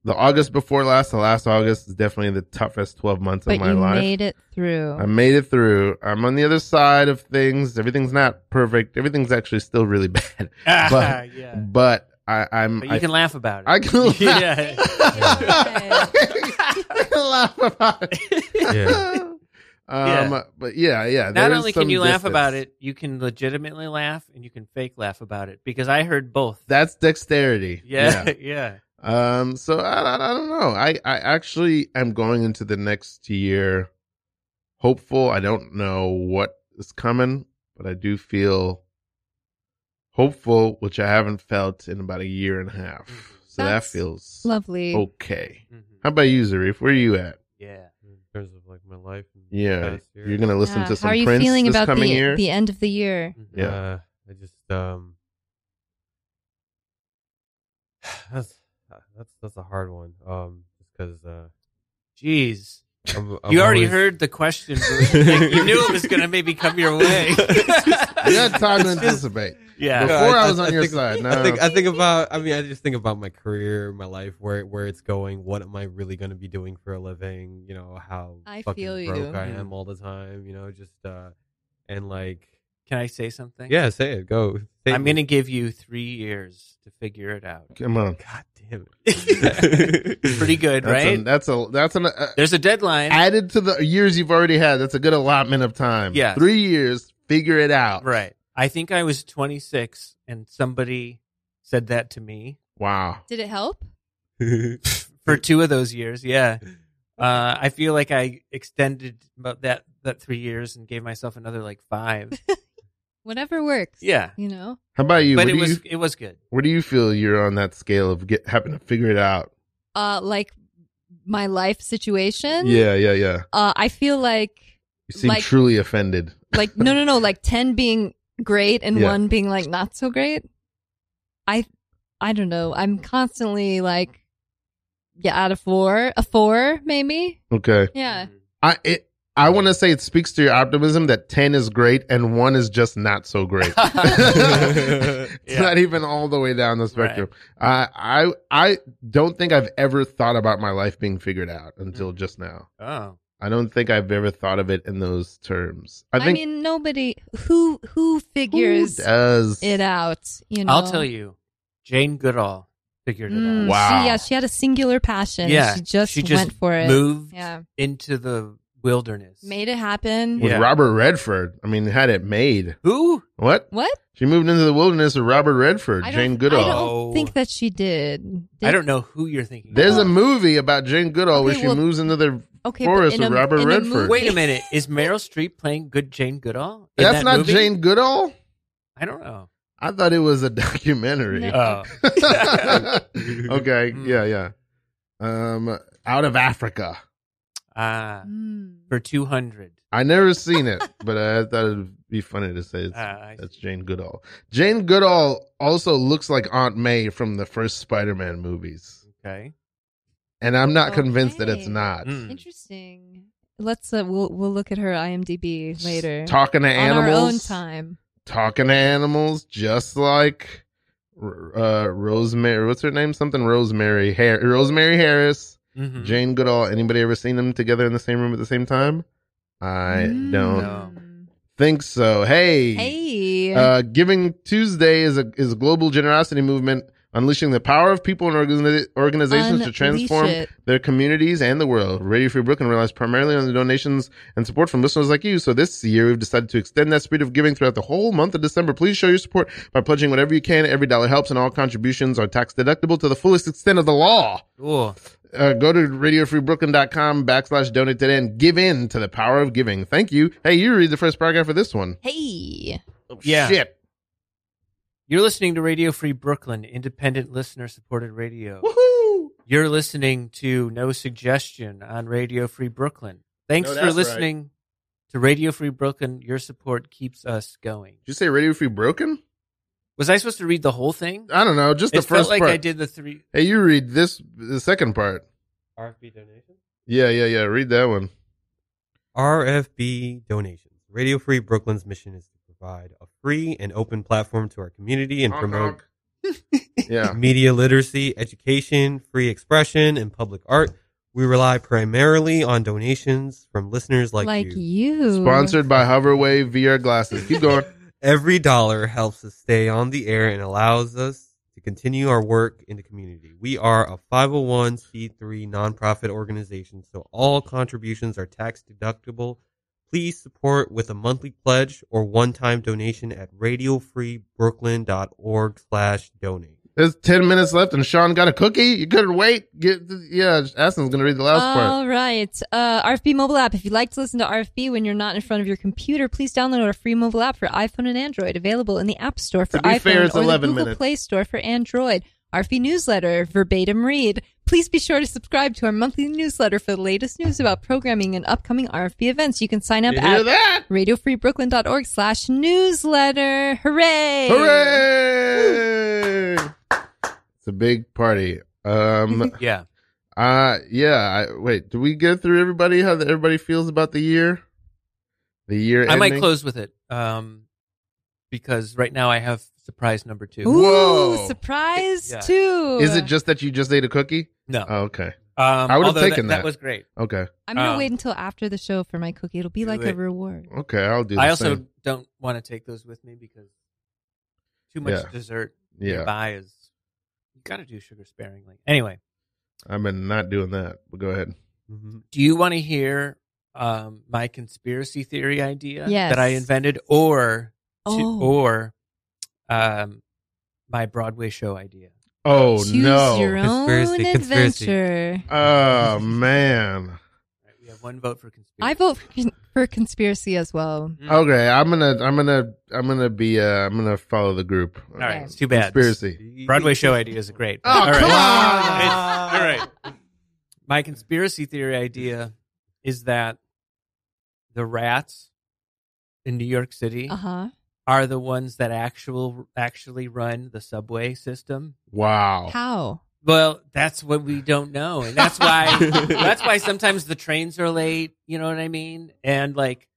[SPEAKER 2] the August before last to last August is definitely the toughest twelve months
[SPEAKER 3] But
[SPEAKER 2] of my
[SPEAKER 3] you
[SPEAKER 2] life.
[SPEAKER 3] made it through.
[SPEAKER 2] I made it through. I'm on the other side of things. Everything's not perfect. Everything's actually still really bad.
[SPEAKER 4] Ah, yeah.
[SPEAKER 2] But I, I'm
[SPEAKER 4] But you
[SPEAKER 2] I,
[SPEAKER 4] can laugh about it.
[SPEAKER 2] I can laugh.
[SPEAKER 4] Yeah.
[SPEAKER 2] I can laugh about it.
[SPEAKER 5] Yeah.
[SPEAKER 2] Um,
[SPEAKER 4] Yeah.
[SPEAKER 2] But yeah, yeah.
[SPEAKER 4] Not
[SPEAKER 2] there is
[SPEAKER 4] only can
[SPEAKER 2] some
[SPEAKER 4] you laugh
[SPEAKER 2] distance.
[SPEAKER 4] about it, you can legitimately laugh and you can fake laugh about it because I heard both.
[SPEAKER 2] that's dexterity.
[SPEAKER 4] yeah, yeah.
[SPEAKER 2] Yeah. Um. So I, I, I don't know. I, I actually am going into the next year hopeful. I don't know what is coming, but I do feel hopeful, which I haven't felt in about a year and a half. So
[SPEAKER 3] That's
[SPEAKER 2] that feels
[SPEAKER 3] Lovely.
[SPEAKER 2] Oh, okay.
[SPEAKER 4] Mhm.
[SPEAKER 2] How about you, Zarif? Where are you at?
[SPEAKER 4] Yeah.
[SPEAKER 5] In terms of like my life. And
[SPEAKER 2] Yeah,
[SPEAKER 5] past year.
[SPEAKER 2] you're gonna listen
[SPEAKER 3] Yeah.
[SPEAKER 2] to some
[SPEAKER 3] How are you
[SPEAKER 2] Prince
[SPEAKER 3] feeling
[SPEAKER 2] this
[SPEAKER 3] about
[SPEAKER 2] coming
[SPEAKER 3] the
[SPEAKER 2] year.
[SPEAKER 3] the end of the year?
[SPEAKER 4] Mhm.
[SPEAKER 2] Yeah.
[SPEAKER 5] Uh, I just um. That's uh, that's that's a hard one. Um, just because uh,
[SPEAKER 4] Jeez.
[SPEAKER 5] I'm, I'm
[SPEAKER 4] you already
[SPEAKER 5] always-
[SPEAKER 4] heard the question. Bruce. you knew it was going to maybe come your way.
[SPEAKER 2] you had time to
[SPEAKER 5] It's just-
[SPEAKER 2] anticipate.
[SPEAKER 4] yeah.
[SPEAKER 2] Before I was on your
[SPEAKER 5] think,
[SPEAKER 2] side,
[SPEAKER 5] I think
[SPEAKER 2] no.
[SPEAKER 5] I think about. I mean, I just think about my career, my life, where where it's going. What am I really going to be doing for a living? You know how
[SPEAKER 3] I
[SPEAKER 5] fucking
[SPEAKER 3] feel you.
[SPEAKER 5] broke I
[SPEAKER 4] Yeah.
[SPEAKER 5] am all the time. You know, just uh, and like
[SPEAKER 4] Can I say something?
[SPEAKER 5] yeah, say it. Go. Say
[SPEAKER 4] I'm
[SPEAKER 5] it.
[SPEAKER 4] going to give you three years to figure it out.
[SPEAKER 2] Come on.
[SPEAKER 5] God damn. damn it.
[SPEAKER 4] Pretty good,
[SPEAKER 2] That's
[SPEAKER 4] right?
[SPEAKER 2] A, that's a that's an uh,
[SPEAKER 4] There's a deadline.
[SPEAKER 2] added to the years you've already had. That's a good allotment of time.
[SPEAKER 4] Yes.
[SPEAKER 2] three years. Figure it out.
[SPEAKER 4] right. I think I was 26 and somebody said that to me
[SPEAKER 2] Wow.
[SPEAKER 3] Did it help?
[SPEAKER 4] for two of those years. Yeah. Uh, I feel like I extended about that, that three years and gave myself another like five.
[SPEAKER 3] Whatever works.
[SPEAKER 4] Yeah.
[SPEAKER 3] You know?
[SPEAKER 2] How about you?
[SPEAKER 4] But
[SPEAKER 2] What
[SPEAKER 4] it
[SPEAKER 2] do
[SPEAKER 4] was,
[SPEAKER 2] you
[SPEAKER 4] it was good.
[SPEAKER 2] where do you feel you're on that scale of get, having to figure it out?
[SPEAKER 3] Uh like my life situation.
[SPEAKER 2] Yeah, yeah, yeah.
[SPEAKER 3] Uh I feel like
[SPEAKER 2] You seem
[SPEAKER 3] Like-
[SPEAKER 2] truly offended.
[SPEAKER 3] like no no no, like ten being great and
[SPEAKER 2] Yeah.
[SPEAKER 3] one being like not so great. I I don't know. I'm constantly like yeah, at a four. A four, maybe?
[SPEAKER 2] Okay.
[SPEAKER 3] Yeah.
[SPEAKER 2] I it, I want to say it speaks to your optimism that ten is great and one is just not so great. it's
[SPEAKER 4] Mm-hmm. Yeah.
[SPEAKER 2] not even all the way down the spectrum. Uh, I I I don't think I've ever thought about my life being figured out until
[SPEAKER 4] Mhm.
[SPEAKER 2] just now.
[SPEAKER 4] Oh.
[SPEAKER 2] I don't think I've ever thought of it in those terms. I
[SPEAKER 3] I,
[SPEAKER 2] think
[SPEAKER 3] mean nobody who
[SPEAKER 2] who
[SPEAKER 3] who figures
[SPEAKER 2] does
[SPEAKER 3] it out, you know.
[SPEAKER 4] I'll tell you, Jane Goodall figured it
[SPEAKER 3] Mm,
[SPEAKER 4] out.
[SPEAKER 2] Wow.
[SPEAKER 3] She, yeah, she had a singular passion.
[SPEAKER 4] Yeah,
[SPEAKER 3] She just,
[SPEAKER 4] she just
[SPEAKER 3] went for it.
[SPEAKER 4] moved
[SPEAKER 3] Yeah.
[SPEAKER 4] into the wilderness.
[SPEAKER 3] Made it happen.
[SPEAKER 2] with
[SPEAKER 4] Yeah.
[SPEAKER 2] Robert Redford. I mean, had it made.
[SPEAKER 4] Who?
[SPEAKER 2] What?
[SPEAKER 3] What?
[SPEAKER 2] She moved into the wilderness with Robert Redford,
[SPEAKER 3] I don't-
[SPEAKER 2] Jane Goodall.
[SPEAKER 3] I
[SPEAKER 4] Oh.
[SPEAKER 3] don't think that she did. Did-
[SPEAKER 4] I don't know who you're thinking.
[SPEAKER 2] There's a
[SPEAKER 4] about.
[SPEAKER 2] movie about Jane Goodall where
[SPEAKER 3] Okay,
[SPEAKER 2] she
[SPEAKER 3] well-
[SPEAKER 2] moves into the
[SPEAKER 3] Okay,
[SPEAKER 2] Forrest
[SPEAKER 3] but in
[SPEAKER 2] with
[SPEAKER 3] a,
[SPEAKER 2] Robert
[SPEAKER 3] in
[SPEAKER 2] Redford.
[SPEAKER 3] A movie-
[SPEAKER 4] Wait a minute. Is Meryl Streep playing good Jane Goodall? in
[SPEAKER 2] That's
[SPEAKER 4] that
[SPEAKER 2] not
[SPEAKER 4] movie?
[SPEAKER 2] Jane Goodall.
[SPEAKER 4] I don't know.
[SPEAKER 2] I thought it was a documentary.
[SPEAKER 3] No.
[SPEAKER 4] Oh.
[SPEAKER 2] okay,
[SPEAKER 4] Mm.
[SPEAKER 2] yeah, yeah. Um, out of Africa.
[SPEAKER 4] Ah,
[SPEAKER 3] Mm.
[SPEAKER 4] for 200.
[SPEAKER 2] I never seen it, but I thought it'd be funny to say it's,
[SPEAKER 4] Ah, I
[SPEAKER 2] that's
[SPEAKER 4] see.
[SPEAKER 2] Jane Goodall. Jane Goodall also looks like Aunt May from the first Spider-Man movies,
[SPEAKER 4] okay.
[SPEAKER 2] and I'm not convinced that it's
[SPEAKER 3] Okay.
[SPEAKER 2] not.
[SPEAKER 4] Mm.
[SPEAKER 3] Interesting. Let's uh, we'll we'll look at her IMDb later
[SPEAKER 2] Talking to
[SPEAKER 3] on
[SPEAKER 2] animals.
[SPEAKER 3] our own time.
[SPEAKER 2] talking to animals just like uh rosemary what's her name something rosemary Har- rosemary harris
[SPEAKER 4] Mhm.
[SPEAKER 2] jane goodall anybody ever seen them together in the same room at the same time i
[SPEAKER 3] Mm.
[SPEAKER 2] don't
[SPEAKER 4] No.
[SPEAKER 2] think so hey
[SPEAKER 3] Hey,
[SPEAKER 2] uh giving tuesday is a is a global generosity movement unleashing the power of people and organi- organizations to
[SPEAKER 3] Unleash
[SPEAKER 2] transform
[SPEAKER 3] it.
[SPEAKER 2] their communities and the world. Radio Free Brooklyn relies primarily on the donations and support from listeners like you. So this year, we've decided to extend that spirit of giving throughout the whole month of December. Please show your support by pledging whatever you can. Every dollar helps, and all contributions are tax deductible to the fullest extent of the law.
[SPEAKER 4] Cool.
[SPEAKER 2] Uh, go to radiofreebrooklyn.com backslash donate today and give in to the power of giving. Thank you. Hey, you read the first paragraph of this one.
[SPEAKER 3] Hey,
[SPEAKER 4] Oh, Yeah.
[SPEAKER 2] Shit.
[SPEAKER 4] You're listening to Radio Free Brooklyn, independent listener supported radio.
[SPEAKER 2] Woohoo.
[SPEAKER 4] You're listening to No Suggestion on Radio Free Brooklyn. Thanks
[SPEAKER 2] No,
[SPEAKER 4] for
[SPEAKER 2] that's
[SPEAKER 4] listening to Radio Free Brooklyn. Your support keeps us going.
[SPEAKER 2] Did you say Radio Free Broken? Was
[SPEAKER 4] Was I supposed to read the whole thing?
[SPEAKER 2] I don't know. Just the
[SPEAKER 4] It
[SPEAKER 2] first
[SPEAKER 4] felt like
[SPEAKER 2] part.
[SPEAKER 4] I did the three.
[SPEAKER 2] Hey, you read this, the second part.
[SPEAKER 5] RFB donation?
[SPEAKER 2] Yeah, yeah, yeah. Read that one.
[SPEAKER 5] RFB donations. Radio Free Brooklyn's mission is to provide a free and open platform to our community and
[SPEAKER 2] Honk,
[SPEAKER 5] promote
[SPEAKER 2] honk. yeah.
[SPEAKER 5] media literacy, education, free expression, and public art. We rely primarily on donations from listeners like, you.
[SPEAKER 3] you.
[SPEAKER 2] Sponsored by Hoverwave VR glasses. Keep going.
[SPEAKER 5] Every dollar helps us stay on the air and allows us to continue our work in the community. We are a 501c3 nonprofit organization, so all contributions are tax deductible. Please support with a monthly pledge or one-time donation at radiofreebrooklyn.org slash donate.
[SPEAKER 2] There's 10 minutes left and Sean got a cookie. You couldn't wait. Get, yeah, Aston's going to read the last part.
[SPEAKER 3] All right. Uh, RFB mobile app. If you'd like to listen to RFB when you're not in front of your computer, please download our free mobile app for iPhone and Android, available in the App Store for
[SPEAKER 2] To be
[SPEAKER 3] iPhone
[SPEAKER 2] fair, it's
[SPEAKER 3] or
[SPEAKER 2] 11
[SPEAKER 3] the Google
[SPEAKER 2] minutes.
[SPEAKER 3] Play Store for Android. RFB newsletter, verbatim read. Please be sure to subscribe to our monthly newsletter for the latest news about programming and upcoming RFB events. You can sign up
[SPEAKER 2] You hear
[SPEAKER 3] at
[SPEAKER 2] that?
[SPEAKER 3] radiofreebrooklyn.org slash newsletter. Hooray!
[SPEAKER 2] Hooray! It's a big party. Um,
[SPEAKER 4] Yeah.
[SPEAKER 2] uh, yeah. I, wait, do we go through everybody? How everybody feels about the year? The year
[SPEAKER 4] I might
[SPEAKER 2] ending?
[SPEAKER 4] close with it um, because right now I have surprise number two.
[SPEAKER 3] Ooh,
[SPEAKER 2] Whoa.
[SPEAKER 3] surprise
[SPEAKER 4] Yeah.
[SPEAKER 3] too.
[SPEAKER 2] Is it just that you just ate a cookie?
[SPEAKER 4] No.
[SPEAKER 2] Oh, okay.
[SPEAKER 4] Um,
[SPEAKER 2] I would've
[SPEAKER 4] although
[SPEAKER 2] taken that.
[SPEAKER 4] was great.
[SPEAKER 2] Okay.
[SPEAKER 3] I'm gonna
[SPEAKER 4] uh,
[SPEAKER 3] wait until after the show for my cookie. It'll be
[SPEAKER 4] Do
[SPEAKER 3] like a
[SPEAKER 4] it.
[SPEAKER 3] reward.
[SPEAKER 2] Okay. I'll do the
[SPEAKER 4] I also
[SPEAKER 2] same.
[SPEAKER 4] don't want to take those with me because too much
[SPEAKER 2] Yeah.
[SPEAKER 4] dessert
[SPEAKER 2] Yeah.
[SPEAKER 4] nearby is You got to do sugar sparingly. Anyway,
[SPEAKER 2] I've been not doing that, but go ahead.
[SPEAKER 3] Mm-hmm.
[SPEAKER 5] Mhm.
[SPEAKER 4] do you want to hear um, my conspiracy theory idea
[SPEAKER 3] Yes.
[SPEAKER 4] that I invented, or to-
[SPEAKER 3] Oh.
[SPEAKER 4] or um, my Broadway show idea?
[SPEAKER 2] Oh
[SPEAKER 3] Choose your
[SPEAKER 2] no!
[SPEAKER 3] own
[SPEAKER 5] Conspiracy, conspiracy.
[SPEAKER 3] adventure.
[SPEAKER 2] Oh man.
[SPEAKER 4] All right, we have one vote for conspiracy. Mm-hmm.
[SPEAKER 3] I vote for, con- for conspiracy as well.
[SPEAKER 2] Okay, I'm gonna, I'm gonna, I'm gonna be, uh, I'm gonna follow the group.
[SPEAKER 4] All right, it's too bad.
[SPEAKER 2] Conspiracy.
[SPEAKER 4] Broadway show ideas are great.
[SPEAKER 2] Oh,
[SPEAKER 4] All right.
[SPEAKER 2] come
[SPEAKER 4] Ah.
[SPEAKER 2] on!
[SPEAKER 4] All right. My conspiracy theory idea is that the rats in New York City
[SPEAKER 3] Uh huh.
[SPEAKER 4] are the ones that actual actually run the subway system.
[SPEAKER 2] Wow.
[SPEAKER 3] How?
[SPEAKER 4] Well, that's what we don't know, and that's why that's why sometimes the trains are late. You know what I mean? And like,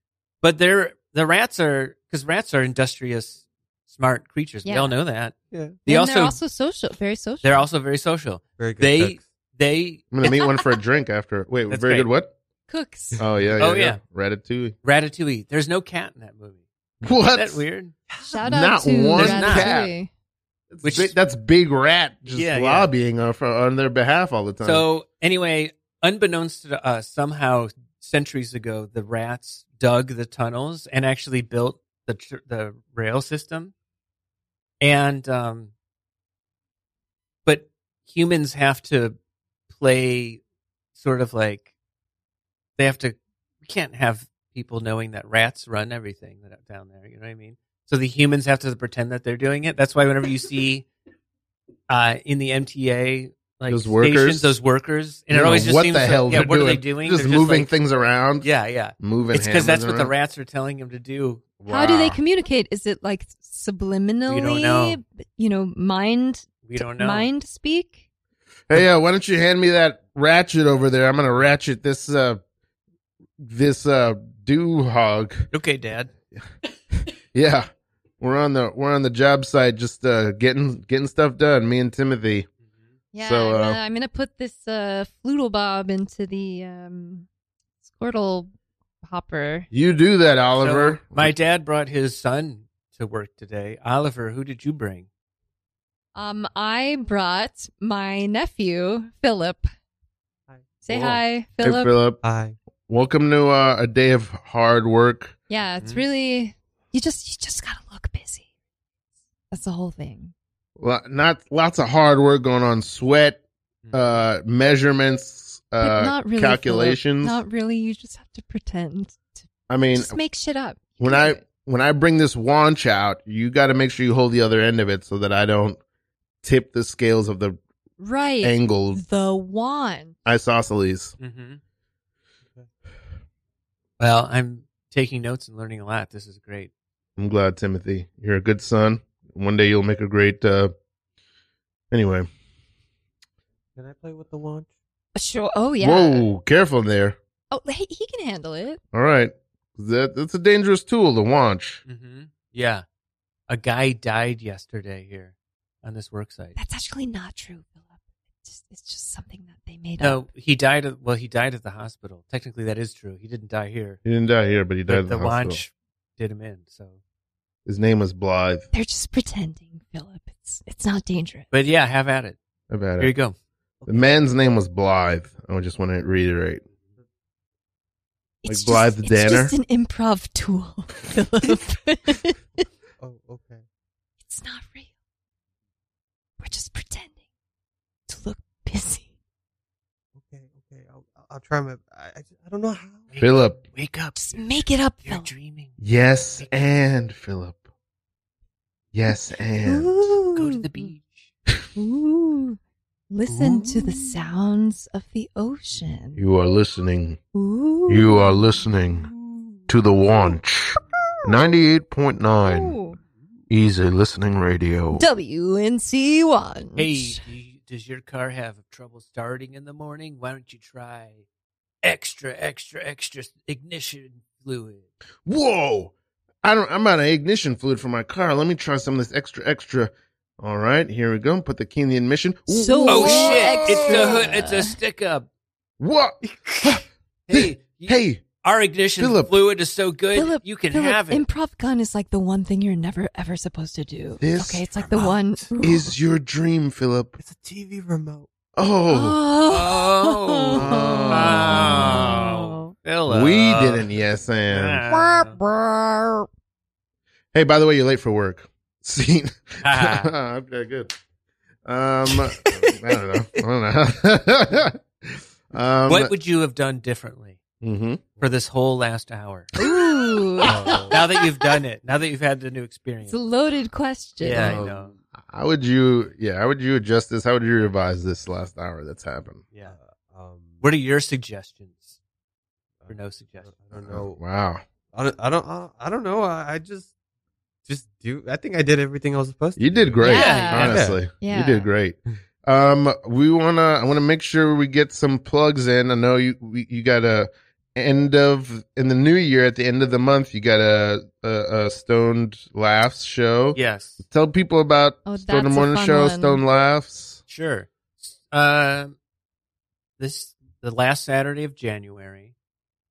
[SPEAKER 4] but they're the rats are because rats are industrious, smart creatures. We
[SPEAKER 3] Yeah.
[SPEAKER 4] all know that.
[SPEAKER 5] Yeah.
[SPEAKER 4] They
[SPEAKER 3] and
[SPEAKER 4] also
[SPEAKER 3] they're also social, very social.
[SPEAKER 4] they're also very social.
[SPEAKER 5] Very good.
[SPEAKER 4] They
[SPEAKER 5] cooks.
[SPEAKER 4] they
[SPEAKER 2] I'm gonna meet one for a drink after. Wait,
[SPEAKER 4] That's
[SPEAKER 2] very
[SPEAKER 4] great.
[SPEAKER 2] good. What?
[SPEAKER 3] cooks.
[SPEAKER 2] Oh yeah. yeah
[SPEAKER 4] Oh,
[SPEAKER 2] yeah. Ratatouille.
[SPEAKER 4] Ratatouille. There's no cat in that movie.
[SPEAKER 2] What?
[SPEAKER 4] Isn't that weird?
[SPEAKER 3] Shout out
[SPEAKER 2] Not
[SPEAKER 3] to
[SPEAKER 2] one
[SPEAKER 3] Ratatouille.
[SPEAKER 2] That's
[SPEAKER 4] Which-
[SPEAKER 2] big- that's big rat just
[SPEAKER 4] Yeah, yeah.
[SPEAKER 2] lobbying on- for- on their behalf all the time.
[SPEAKER 4] So anyway, unbeknownst to us, somehow centuries ago, the rats dug the tunnels and actually built the tr- the rail system. And um, but humans have to play sort of like they have to. We can't have people knowing that rats run everything that down there. You know what I mean? So the humans have to pretend that they're doing it. That's why whenever you see uh, in the MTA like
[SPEAKER 2] Those
[SPEAKER 4] stations,
[SPEAKER 2] workers?
[SPEAKER 4] those workers, and
[SPEAKER 2] You
[SPEAKER 4] it
[SPEAKER 2] know,
[SPEAKER 4] always just
[SPEAKER 2] what
[SPEAKER 4] seems
[SPEAKER 2] the
[SPEAKER 4] like,
[SPEAKER 2] hell
[SPEAKER 4] yeah,
[SPEAKER 2] they're
[SPEAKER 4] what are they
[SPEAKER 2] doing.
[SPEAKER 4] doing?
[SPEAKER 2] Just
[SPEAKER 4] They're
[SPEAKER 2] moving
[SPEAKER 4] like-
[SPEAKER 2] things around.
[SPEAKER 4] Yeah, yeah.
[SPEAKER 2] moving.
[SPEAKER 4] It's because that's what the
[SPEAKER 2] hammers around.
[SPEAKER 4] rats are telling them to do.
[SPEAKER 3] How do they
[SPEAKER 2] Wow.
[SPEAKER 3] communicate? Is it like subliminally?
[SPEAKER 4] know.
[SPEAKER 3] You know, mind.
[SPEAKER 4] We don't know.
[SPEAKER 3] Mind speak.
[SPEAKER 2] Hey, uh, why don't you hand me that ratchet over there? I'm gonna ratchet this uh this uh do hog.
[SPEAKER 4] Okay, Dad.
[SPEAKER 2] Yeah. We're on the we're on the job site just uh getting getting stuff done, me and Timothy.
[SPEAKER 4] Mm-hmm.
[SPEAKER 3] Yeah,
[SPEAKER 2] So,
[SPEAKER 3] I'm,
[SPEAKER 2] uh,
[SPEAKER 3] gonna, I'm gonna put this uh, floodle bob into the um, squirtle hopper.
[SPEAKER 2] You do that, Oliver.
[SPEAKER 4] So, my dad brought his son to work today. Oliver, who did you bring?
[SPEAKER 3] Um, I brought my nephew Philip.
[SPEAKER 5] Hi.
[SPEAKER 3] Say
[SPEAKER 4] Cool.
[SPEAKER 3] hi,
[SPEAKER 2] hey
[SPEAKER 3] Philip.
[SPEAKER 2] Philip.
[SPEAKER 5] Hi.
[SPEAKER 2] Welcome to uh, a day of hard work.
[SPEAKER 3] Yeah, it's
[SPEAKER 2] Mm-hmm.
[SPEAKER 4] Mhm.
[SPEAKER 3] really you just you just gotta look busy. That's the whole thing.
[SPEAKER 2] Lo- Not lots of hard work going on, sweat,
[SPEAKER 4] Mm-hmm.
[SPEAKER 2] uh measurements,
[SPEAKER 3] But
[SPEAKER 2] uh
[SPEAKER 3] not really Philip.
[SPEAKER 2] calculations.
[SPEAKER 3] Not really. You just have to pretend. To
[SPEAKER 2] I mean,
[SPEAKER 3] just make shit up. You
[SPEAKER 2] when
[SPEAKER 3] can
[SPEAKER 2] I
[SPEAKER 3] do it.
[SPEAKER 2] when I bring this wanch out, you got to make sure you hold the other end of it so that I don't tip the scales of the
[SPEAKER 3] right
[SPEAKER 2] angled
[SPEAKER 3] the wand.
[SPEAKER 2] isosceles.
[SPEAKER 4] Mm-hmm. Well, I'm taking notes and learning a lot. This is great.
[SPEAKER 2] I'm glad, Timothy. You're a good son. One day you'll make a great. uh Anyway,
[SPEAKER 5] Can I play with the launch?
[SPEAKER 3] Sure. Oh yeah.
[SPEAKER 2] whoa, careful there.
[SPEAKER 3] Oh, he, he can handle it.
[SPEAKER 2] All right, that that's a dangerous tool, the wanch.
[SPEAKER 4] Mm-hmm. Yeah, a guy died yesterday here on this work site.
[SPEAKER 3] That's actually not true, Philip. It's just, it's just something that they made up.
[SPEAKER 4] No, he died. At, well, he died at the hospital. Technically, that is true. He didn't die here.
[SPEAKER 2] He didn't die here, but he died
[SPEAKER 4] But
[SPEAKER 2] in the,
[SPEAKER 4] the
[SPEAKER 2] hospital.
[SPEAKER 4] launch did him in. So,
[SPEAKER 2] His name was Blythe.
[SPEAKER 3] They're just pretending, Philip. It's it's not dangerous.
[SPEAKER 4] but yeah, have at it.
[SPEAKER 2] About
[SPEAKER 4] Here you
[SPEAKER 2] it.
[SPEAKER 4] go.
[SPEAKER 2] The man's name was Blythe. I just want to reiterate.
[SPEAKER 3] It's
[SPEAKER 2] Like Blythe
[SPEAKER 3] just,
[SPEAKER 2] Danner?
[SPEAKER 3] It's just an improv tool, Philip. it's
[SPEAKER 5] Oh, okay.
[SPEAKER 3] not real. We're just pretending to look busy.
[SPEAKER 5] Okay. Okay. I'll, I'll try my. I, I, I don't know how.
[SPEAKER 2] Philip.
[SPEAKER 4] Wake up.
[SPEAKER 3] Just make it up,
[SPEAKER 4] You're
[SPEAKER 3] Philip.
[SPEAKER 4] dreaming.
[SPEAKER 2] Yes, and Philip. Yes, and.
[SPEAKER 3] Ooh.
[SPEAKER 4] Go to the beach.
[SPEAKER 3] Ooh. Listen to
[SPEAKER 4] Ooh.
[SPEAKER 3] the sounds of the ocean.
[SPEAKER 2] You are listening.
[SPEAKER 3] Ooh.
[SPEAKER 2] You are listening to the Wanch. 98.9
[SPEAKER 3] Ooh.
[SPEAKER 2] Easy Listening Radio.
[SPEAKER 3] WNC1.
[SPEAKER 4] Hey, do you- does your car have trouble starting in the morning? Why don't you try extra, extra, extra ignition fluid?
[SPEAKER 2] Whoa! I don't, I'm out of ignition fluid for my car. Let me try some of this extra, extra. All right, here we go. Put the key in the ignition.
[SPEAKER 3] So-
[SPEAKER 4] Oh
[SPEAKER 3] Ooh,
[SPEAKER 4] shit! It's
[SPEAKER 3] extra.
[SPEAKER 4] the hood. It's a stick up.
[SPEAKER 2] What?
[SPEAKER 4] Hey, you-
[SPEAKER 2] hey,
[SPEAKER 4] Our ignition
[SPEAKER 2] Philip.
[SPEAKER 4] fluid is so good,
[SPEAKER 3] Philip,
[SPEAKER 4] you can
[SPEAKER 3] Philip,
[SPEAKER 4] have it.
[SPEAKER 3] Improv gun is like the one thing you're never ever supposed to do.
[SPEAKER 2] This
[SPEAKER 3] okay, it's like the one.
[SPEAKER 5] remote
[SPEAKER 2] Is your dream, Philip?
[SPEAKER 5] It's a TV remote.
[SPEAKER 2] Oh,
[SPEAKER 4] Oh.
[SPEAKER 2] Oh.
[SPEAKER 4] Oh. Philip.
[SPEAKER 2] we didn't. Yes, and
[SPEAKER 4] Ah.
[SPEAKER 2] hey, by the way, you're late for work. Scene. okay, good. Um, I don't know. I don't know. um,
[SPEAKER 4] what would you have done differently
[SPEAKER 2] mhm.
[SPEAKER 4] for this whole last hour?
[SPEAKER 3] Ooh.
[SPEAKER 4] now that you've done it, now that you've had the new experience.
[SPEAKER 3] It's a loaded question.
[SPEAKER 4] Yeah, I
[SPEAKER 2] Um,
[SPEAKER 4] know.
[SPEAKER 2] How would you? Yeah, how would you adjust this? How would you revise this last hour that's happened?
[SPEAKER 4] Yeah.
[SPEAKER 5] Um, uh,
[SPEAKER 4] What are your suggestions? Or no suggestions?
[SPEAKER 5] I don't know.
[SPEAKER 2] Wow.
[SPEAKER 5] I don't. I don't. I I don't know. I, I just, just do. I think I did everything I was supposed to.
[SPEAKER 2] You did
[SPEAKER 5] do.
[SPEAKER 2] great.
[SPEAKER 3] Yeah.
[SPEAKER 2] Honestly,
[SPEAKER 3] Yeah.
[SPEAKER 2] you did great. Um, we wanna, I wanna make sure we get some plugs in. I know you, we, you got a end of in the new year at the end of the month. You got a a, a Stoned Laughs show.
[SPEAKER 4] Yes.
[SPEAKER 2] Tell people about
[SPEAKER 3] Oh,
[SPEAKER 2] Stoned
[SPEAKER 3] that's a
[SPEAKER 2] Morning
[SPEAKER 3] fun
[SPEAKER 2] Show,
[SPEAKER 3] one.
[SPEAKER 2] Stone Laughs.
[SPEAKER 4] Sure. Um, this the last Saturday of January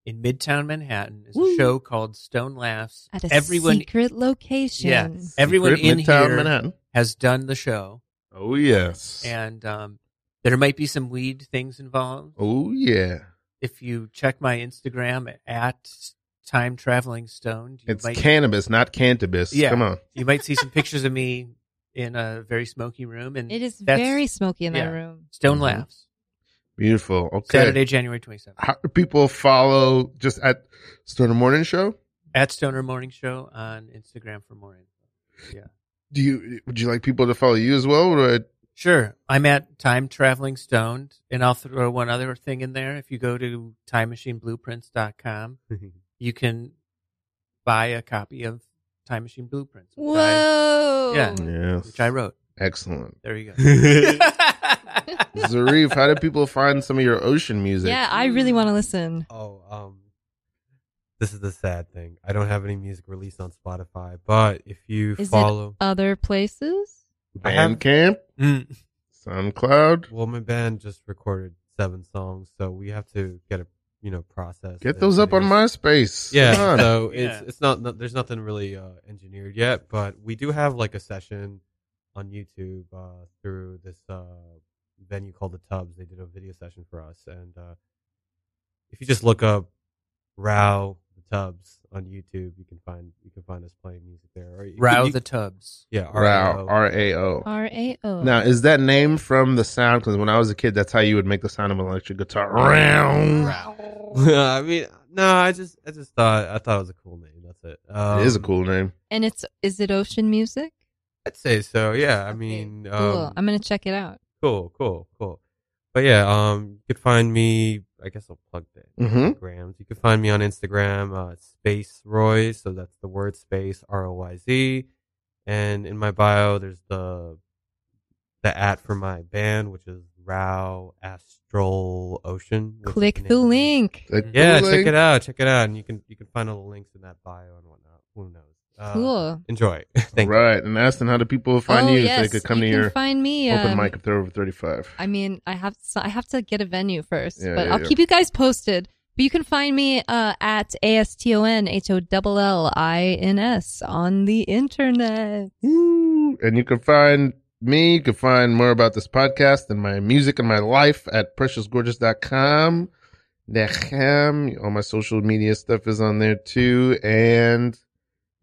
[SPEAKER 4] in Midtown Manhattan is a
[SPEAKER 2] Woo.
[SPEAKER 4] show called Stone Laughs.
[SPEAKER 3] At a
[SPEAKER 4] everyone, e-
[SPEAKER 3] secret location.
[SPEAKER 4] yeah, everyone
[SPEAKER 2] Great
[SPEAKER 4] in
[SPEAKER 2] Midtown
[SPEAKER 4] here
[SPEAKER 2] Manhattan.
[SPEAKER 4] has done the show,
[SPEAKER 2] Oh yes.
[SPEAKER 4] and um, there might be some weed things involved.
[SPEAKER 2] oh yeah.
[SPEAKER 4] If you check my Instagram at Time Traveling Stone, you
[SPEAKER 2] It's
[SPEAKER 4] might
[SPEAKER 2] cannabis, not cannabis.
[SPEAKER 4] Yeah.
[SPEAKER 2] Come on.
[SPEAKER 4] you might see some pictures of me in a very smoky room, and
[SPEAKER 3] It is
[SPEAKER 4] that's
[SPEAKER 3] very smoky in that
[SPEAKER 4] yeah.
[SPEAKER 3] room.
[SPEAKER 4] Stone
[SPEAKER 5] Mm-hmm.
[SPEAKER 2] Mhm.
[SPEAKER 4] Laughs
[SPEAKER 2] Beautiful. Okay.
[SPEAKER 4] Saturday, January twenty seventh.
[SPEAKER 2] How do people follow just at Stone Morning Show?
[SPEAKER 4] at Stoner Morning Show on Instagram for more info. Yeah,
[SPEAKER 2] Do you would you like people to follow you as well? Or
[SPEAKER 4] sure. I'm at Time Traveling Stoned, and I'll throw one other thing in there. If you go to timemachineblueprints.com, you can buy a copy of Time Machine Blueprints, which, I,
[SPEAKER 3] Whoa.
[SPEAKER 4] Yeah.
[SPEAKER 2] yes.
[SPEAKER 4] which I wrote.
[SPEAKER 2] Excellent.
[SPEAKER 4] There you go.
[SPEAKER 5] yeah.
[SPEAKER 2] Zarif, how do people find some of your ocean music?
[SPEAKER 3] Yeah, I really want to listen.
[SPEAKER 5] oh, um, this is the sad thing. I don't have any music released on Spotify. But if you
[SPEAKER 3] Is it-
[SPEAKER 5] follow,
[SPEAKER 3] Other places?
[SPEAKER 5] I have-
[SPEAKER 2] Bandcamp,
[SPEAKER 4] Mm.
[SPEAKER 2] SoundCloud.
[SPEAKER 5] well, my band just recorded seven songs, so we have to get a you know process.
[SPEAKER 2] Get
[SPEAKER 5] it.
[SPEAKER 2] those up on
[SPEAKER 5] It is-
[SPEAKER 2] MySpace. Come
[SPEAKER 5] Yeah,
[SPEAKER 2] on.
[SPEAKER 5] so
[SPEAKER 4] Yeah.
[SPEAKER 5] it's it's not, no- there's nothing really uh, engineered yet, but we do have like a session on YouTube uh, through this uh, venue called the Tubs. They did a video session for us, and uh, if you just look up Row the Tubs on YouTube, you can find you can find us playing music there. Or you,
[SPEAKER 4] Row
[SPEAKER 5] you-
[SPEAKER 4] the Tubs.
[SPEAKER 5] yeah,
[SPEAKER 2] Wow.
[SPEAKER 5] R-O.
[SPEAKER 2] R A O.
[SPEAKER 3] R A O.
[SPEAKER 2] Oh. Now, is that name from the sound? Because when I was a kid, that's how you would make the sound of an electric guitar. Round.
[SPEAKER 5] I mean, no, I just I just thought I thought it was a cool name. That's it. Um,
[SPEAKER 2] it is a cool name.
[SPEAKER 3] And it's is it ocean music?
[SPEAKER 5] I'd say so. Yeah, I
[SPEAKER 3] Okay,
[SPEAKER 5] mean,
[SPEAKER 3] cool.
[SPEAKER 5] um,
[SPEAKER 3] I'm gonna check it out.
[SPEAKER 5] Cool, cool, cool. But yeah, um, you could find me. I guess I'll plug the
[SPEAKER 2] Mhm.
[SPEAKER 5] Instagrams. You can find me on Instagram, uh, Space Roy. So that's the word space R O Y Z. And in my bio, there's the the at for my band, which is Row Astral Ocean. which is
[SPEAKER 3] Click
[SPEAKER 5] name
[SPEAKER 3] the
[SPEAKER 5] of my-
[SPEAKER 3] link.
[SPEAKER 2] Like,
[SPEAKER 5] Yeah,
[SPEAKER 2] cool
[SPEAKER 5] check
[SPEAKER 2] name.
[SPEAKER 5] it out. Check it out, and you can you can find all the links in that bio and whatnot. Who knows? Uh,
[SPEAKER 3] Cool.
[SPEAKER 5] Enjoy. Thank you.
[SPEAKER 2] Right. And Aston, how do people find
[SPEAKER 3] oh,
[SPEAKER 2] you
[SPEAKER 3] yes.
[SPEAKER 2] so they could come
[SPEAKER 3] you
[SPEAKER 2] to
[SPEAKER 3] can
[SPEAKER 2] your
[SPEAKER 3] find me.
[SPEAKER 2] open
[SPEAKER 3] um,
[SPEAKER 2] mic if they're over 35?
[SPEAKER 3] I mean, I have to, I have to get a venue first,
[SPEAKER 2] Yeah,
[SPEAKER 3] but
[SPEAKER 2] yeah,
[SPEAKER 3] I'll
[SPEAKER 2] yeah.
[SPEAKER 3] keep you guys posted. But you can find me uh, at a s t o n h o l l i n s on the internet.
[SPEAKER 2] Woo. And you can find me, you can find more about this podcast and my music and my life at preciousgorgeous.com. Naham. All my social media stuff is on there too. And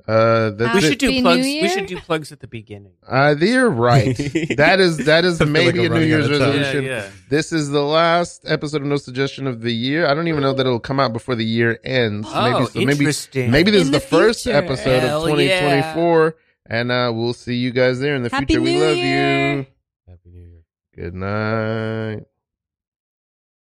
[SPEAKER 2] uh that's
[SPEAKER 4] We
[SPEAKER 2] it.
[SPEAKER 4] should do
[SPEAKER 3] Happy
[SPEAKER 4] plugs.
[SPEAKER 3] New
[SPEAKER 4] We
[SPEAKER 3] Year.
[SPEAKER 4] should do plugs at the beginning.
[SPEAKER 2] uh you're right. that is that is
[SPEAKER 5] I feel like
[SPEAKER 2] maybe
[SPEAKER 5] I'm
[SPEAKER 2] a New
[SPEAKER 5] running out
[SPEAKER 2] Year's
[SPEAKER 5] of time.
[SPEAKER 2] resolution. This is the last episode of No Suggestion of the Year. I don't even know that it'll come out before the year ends.
[SPEAKER 4] Oh,
[SPEAKER 2] maybe
[SPEAKER 4] interesting.
[SPEAKER 2] Maybe this
[SPEAKER 3] In
[SPEAKER 2] is the,
[SPEAKER 3] the
[SPEAKER 2] first
[SPEAKER 3] future.
[SPEAKER 2] episode
[SPEAKER 4] Hell
[SPEAKER 2] of 2024, and uh, we'll see you guys there in the
[SPEAKER 3] Happy
[SPEAKER 2] future. we
[SPEAKER 3] New
[SPEAKER 2] love
[SPEAKER 3] Year.
[SPEAKER 2] you.
[SPEAKER 5] Happy New Year.
[SPEAKER 2] Good night.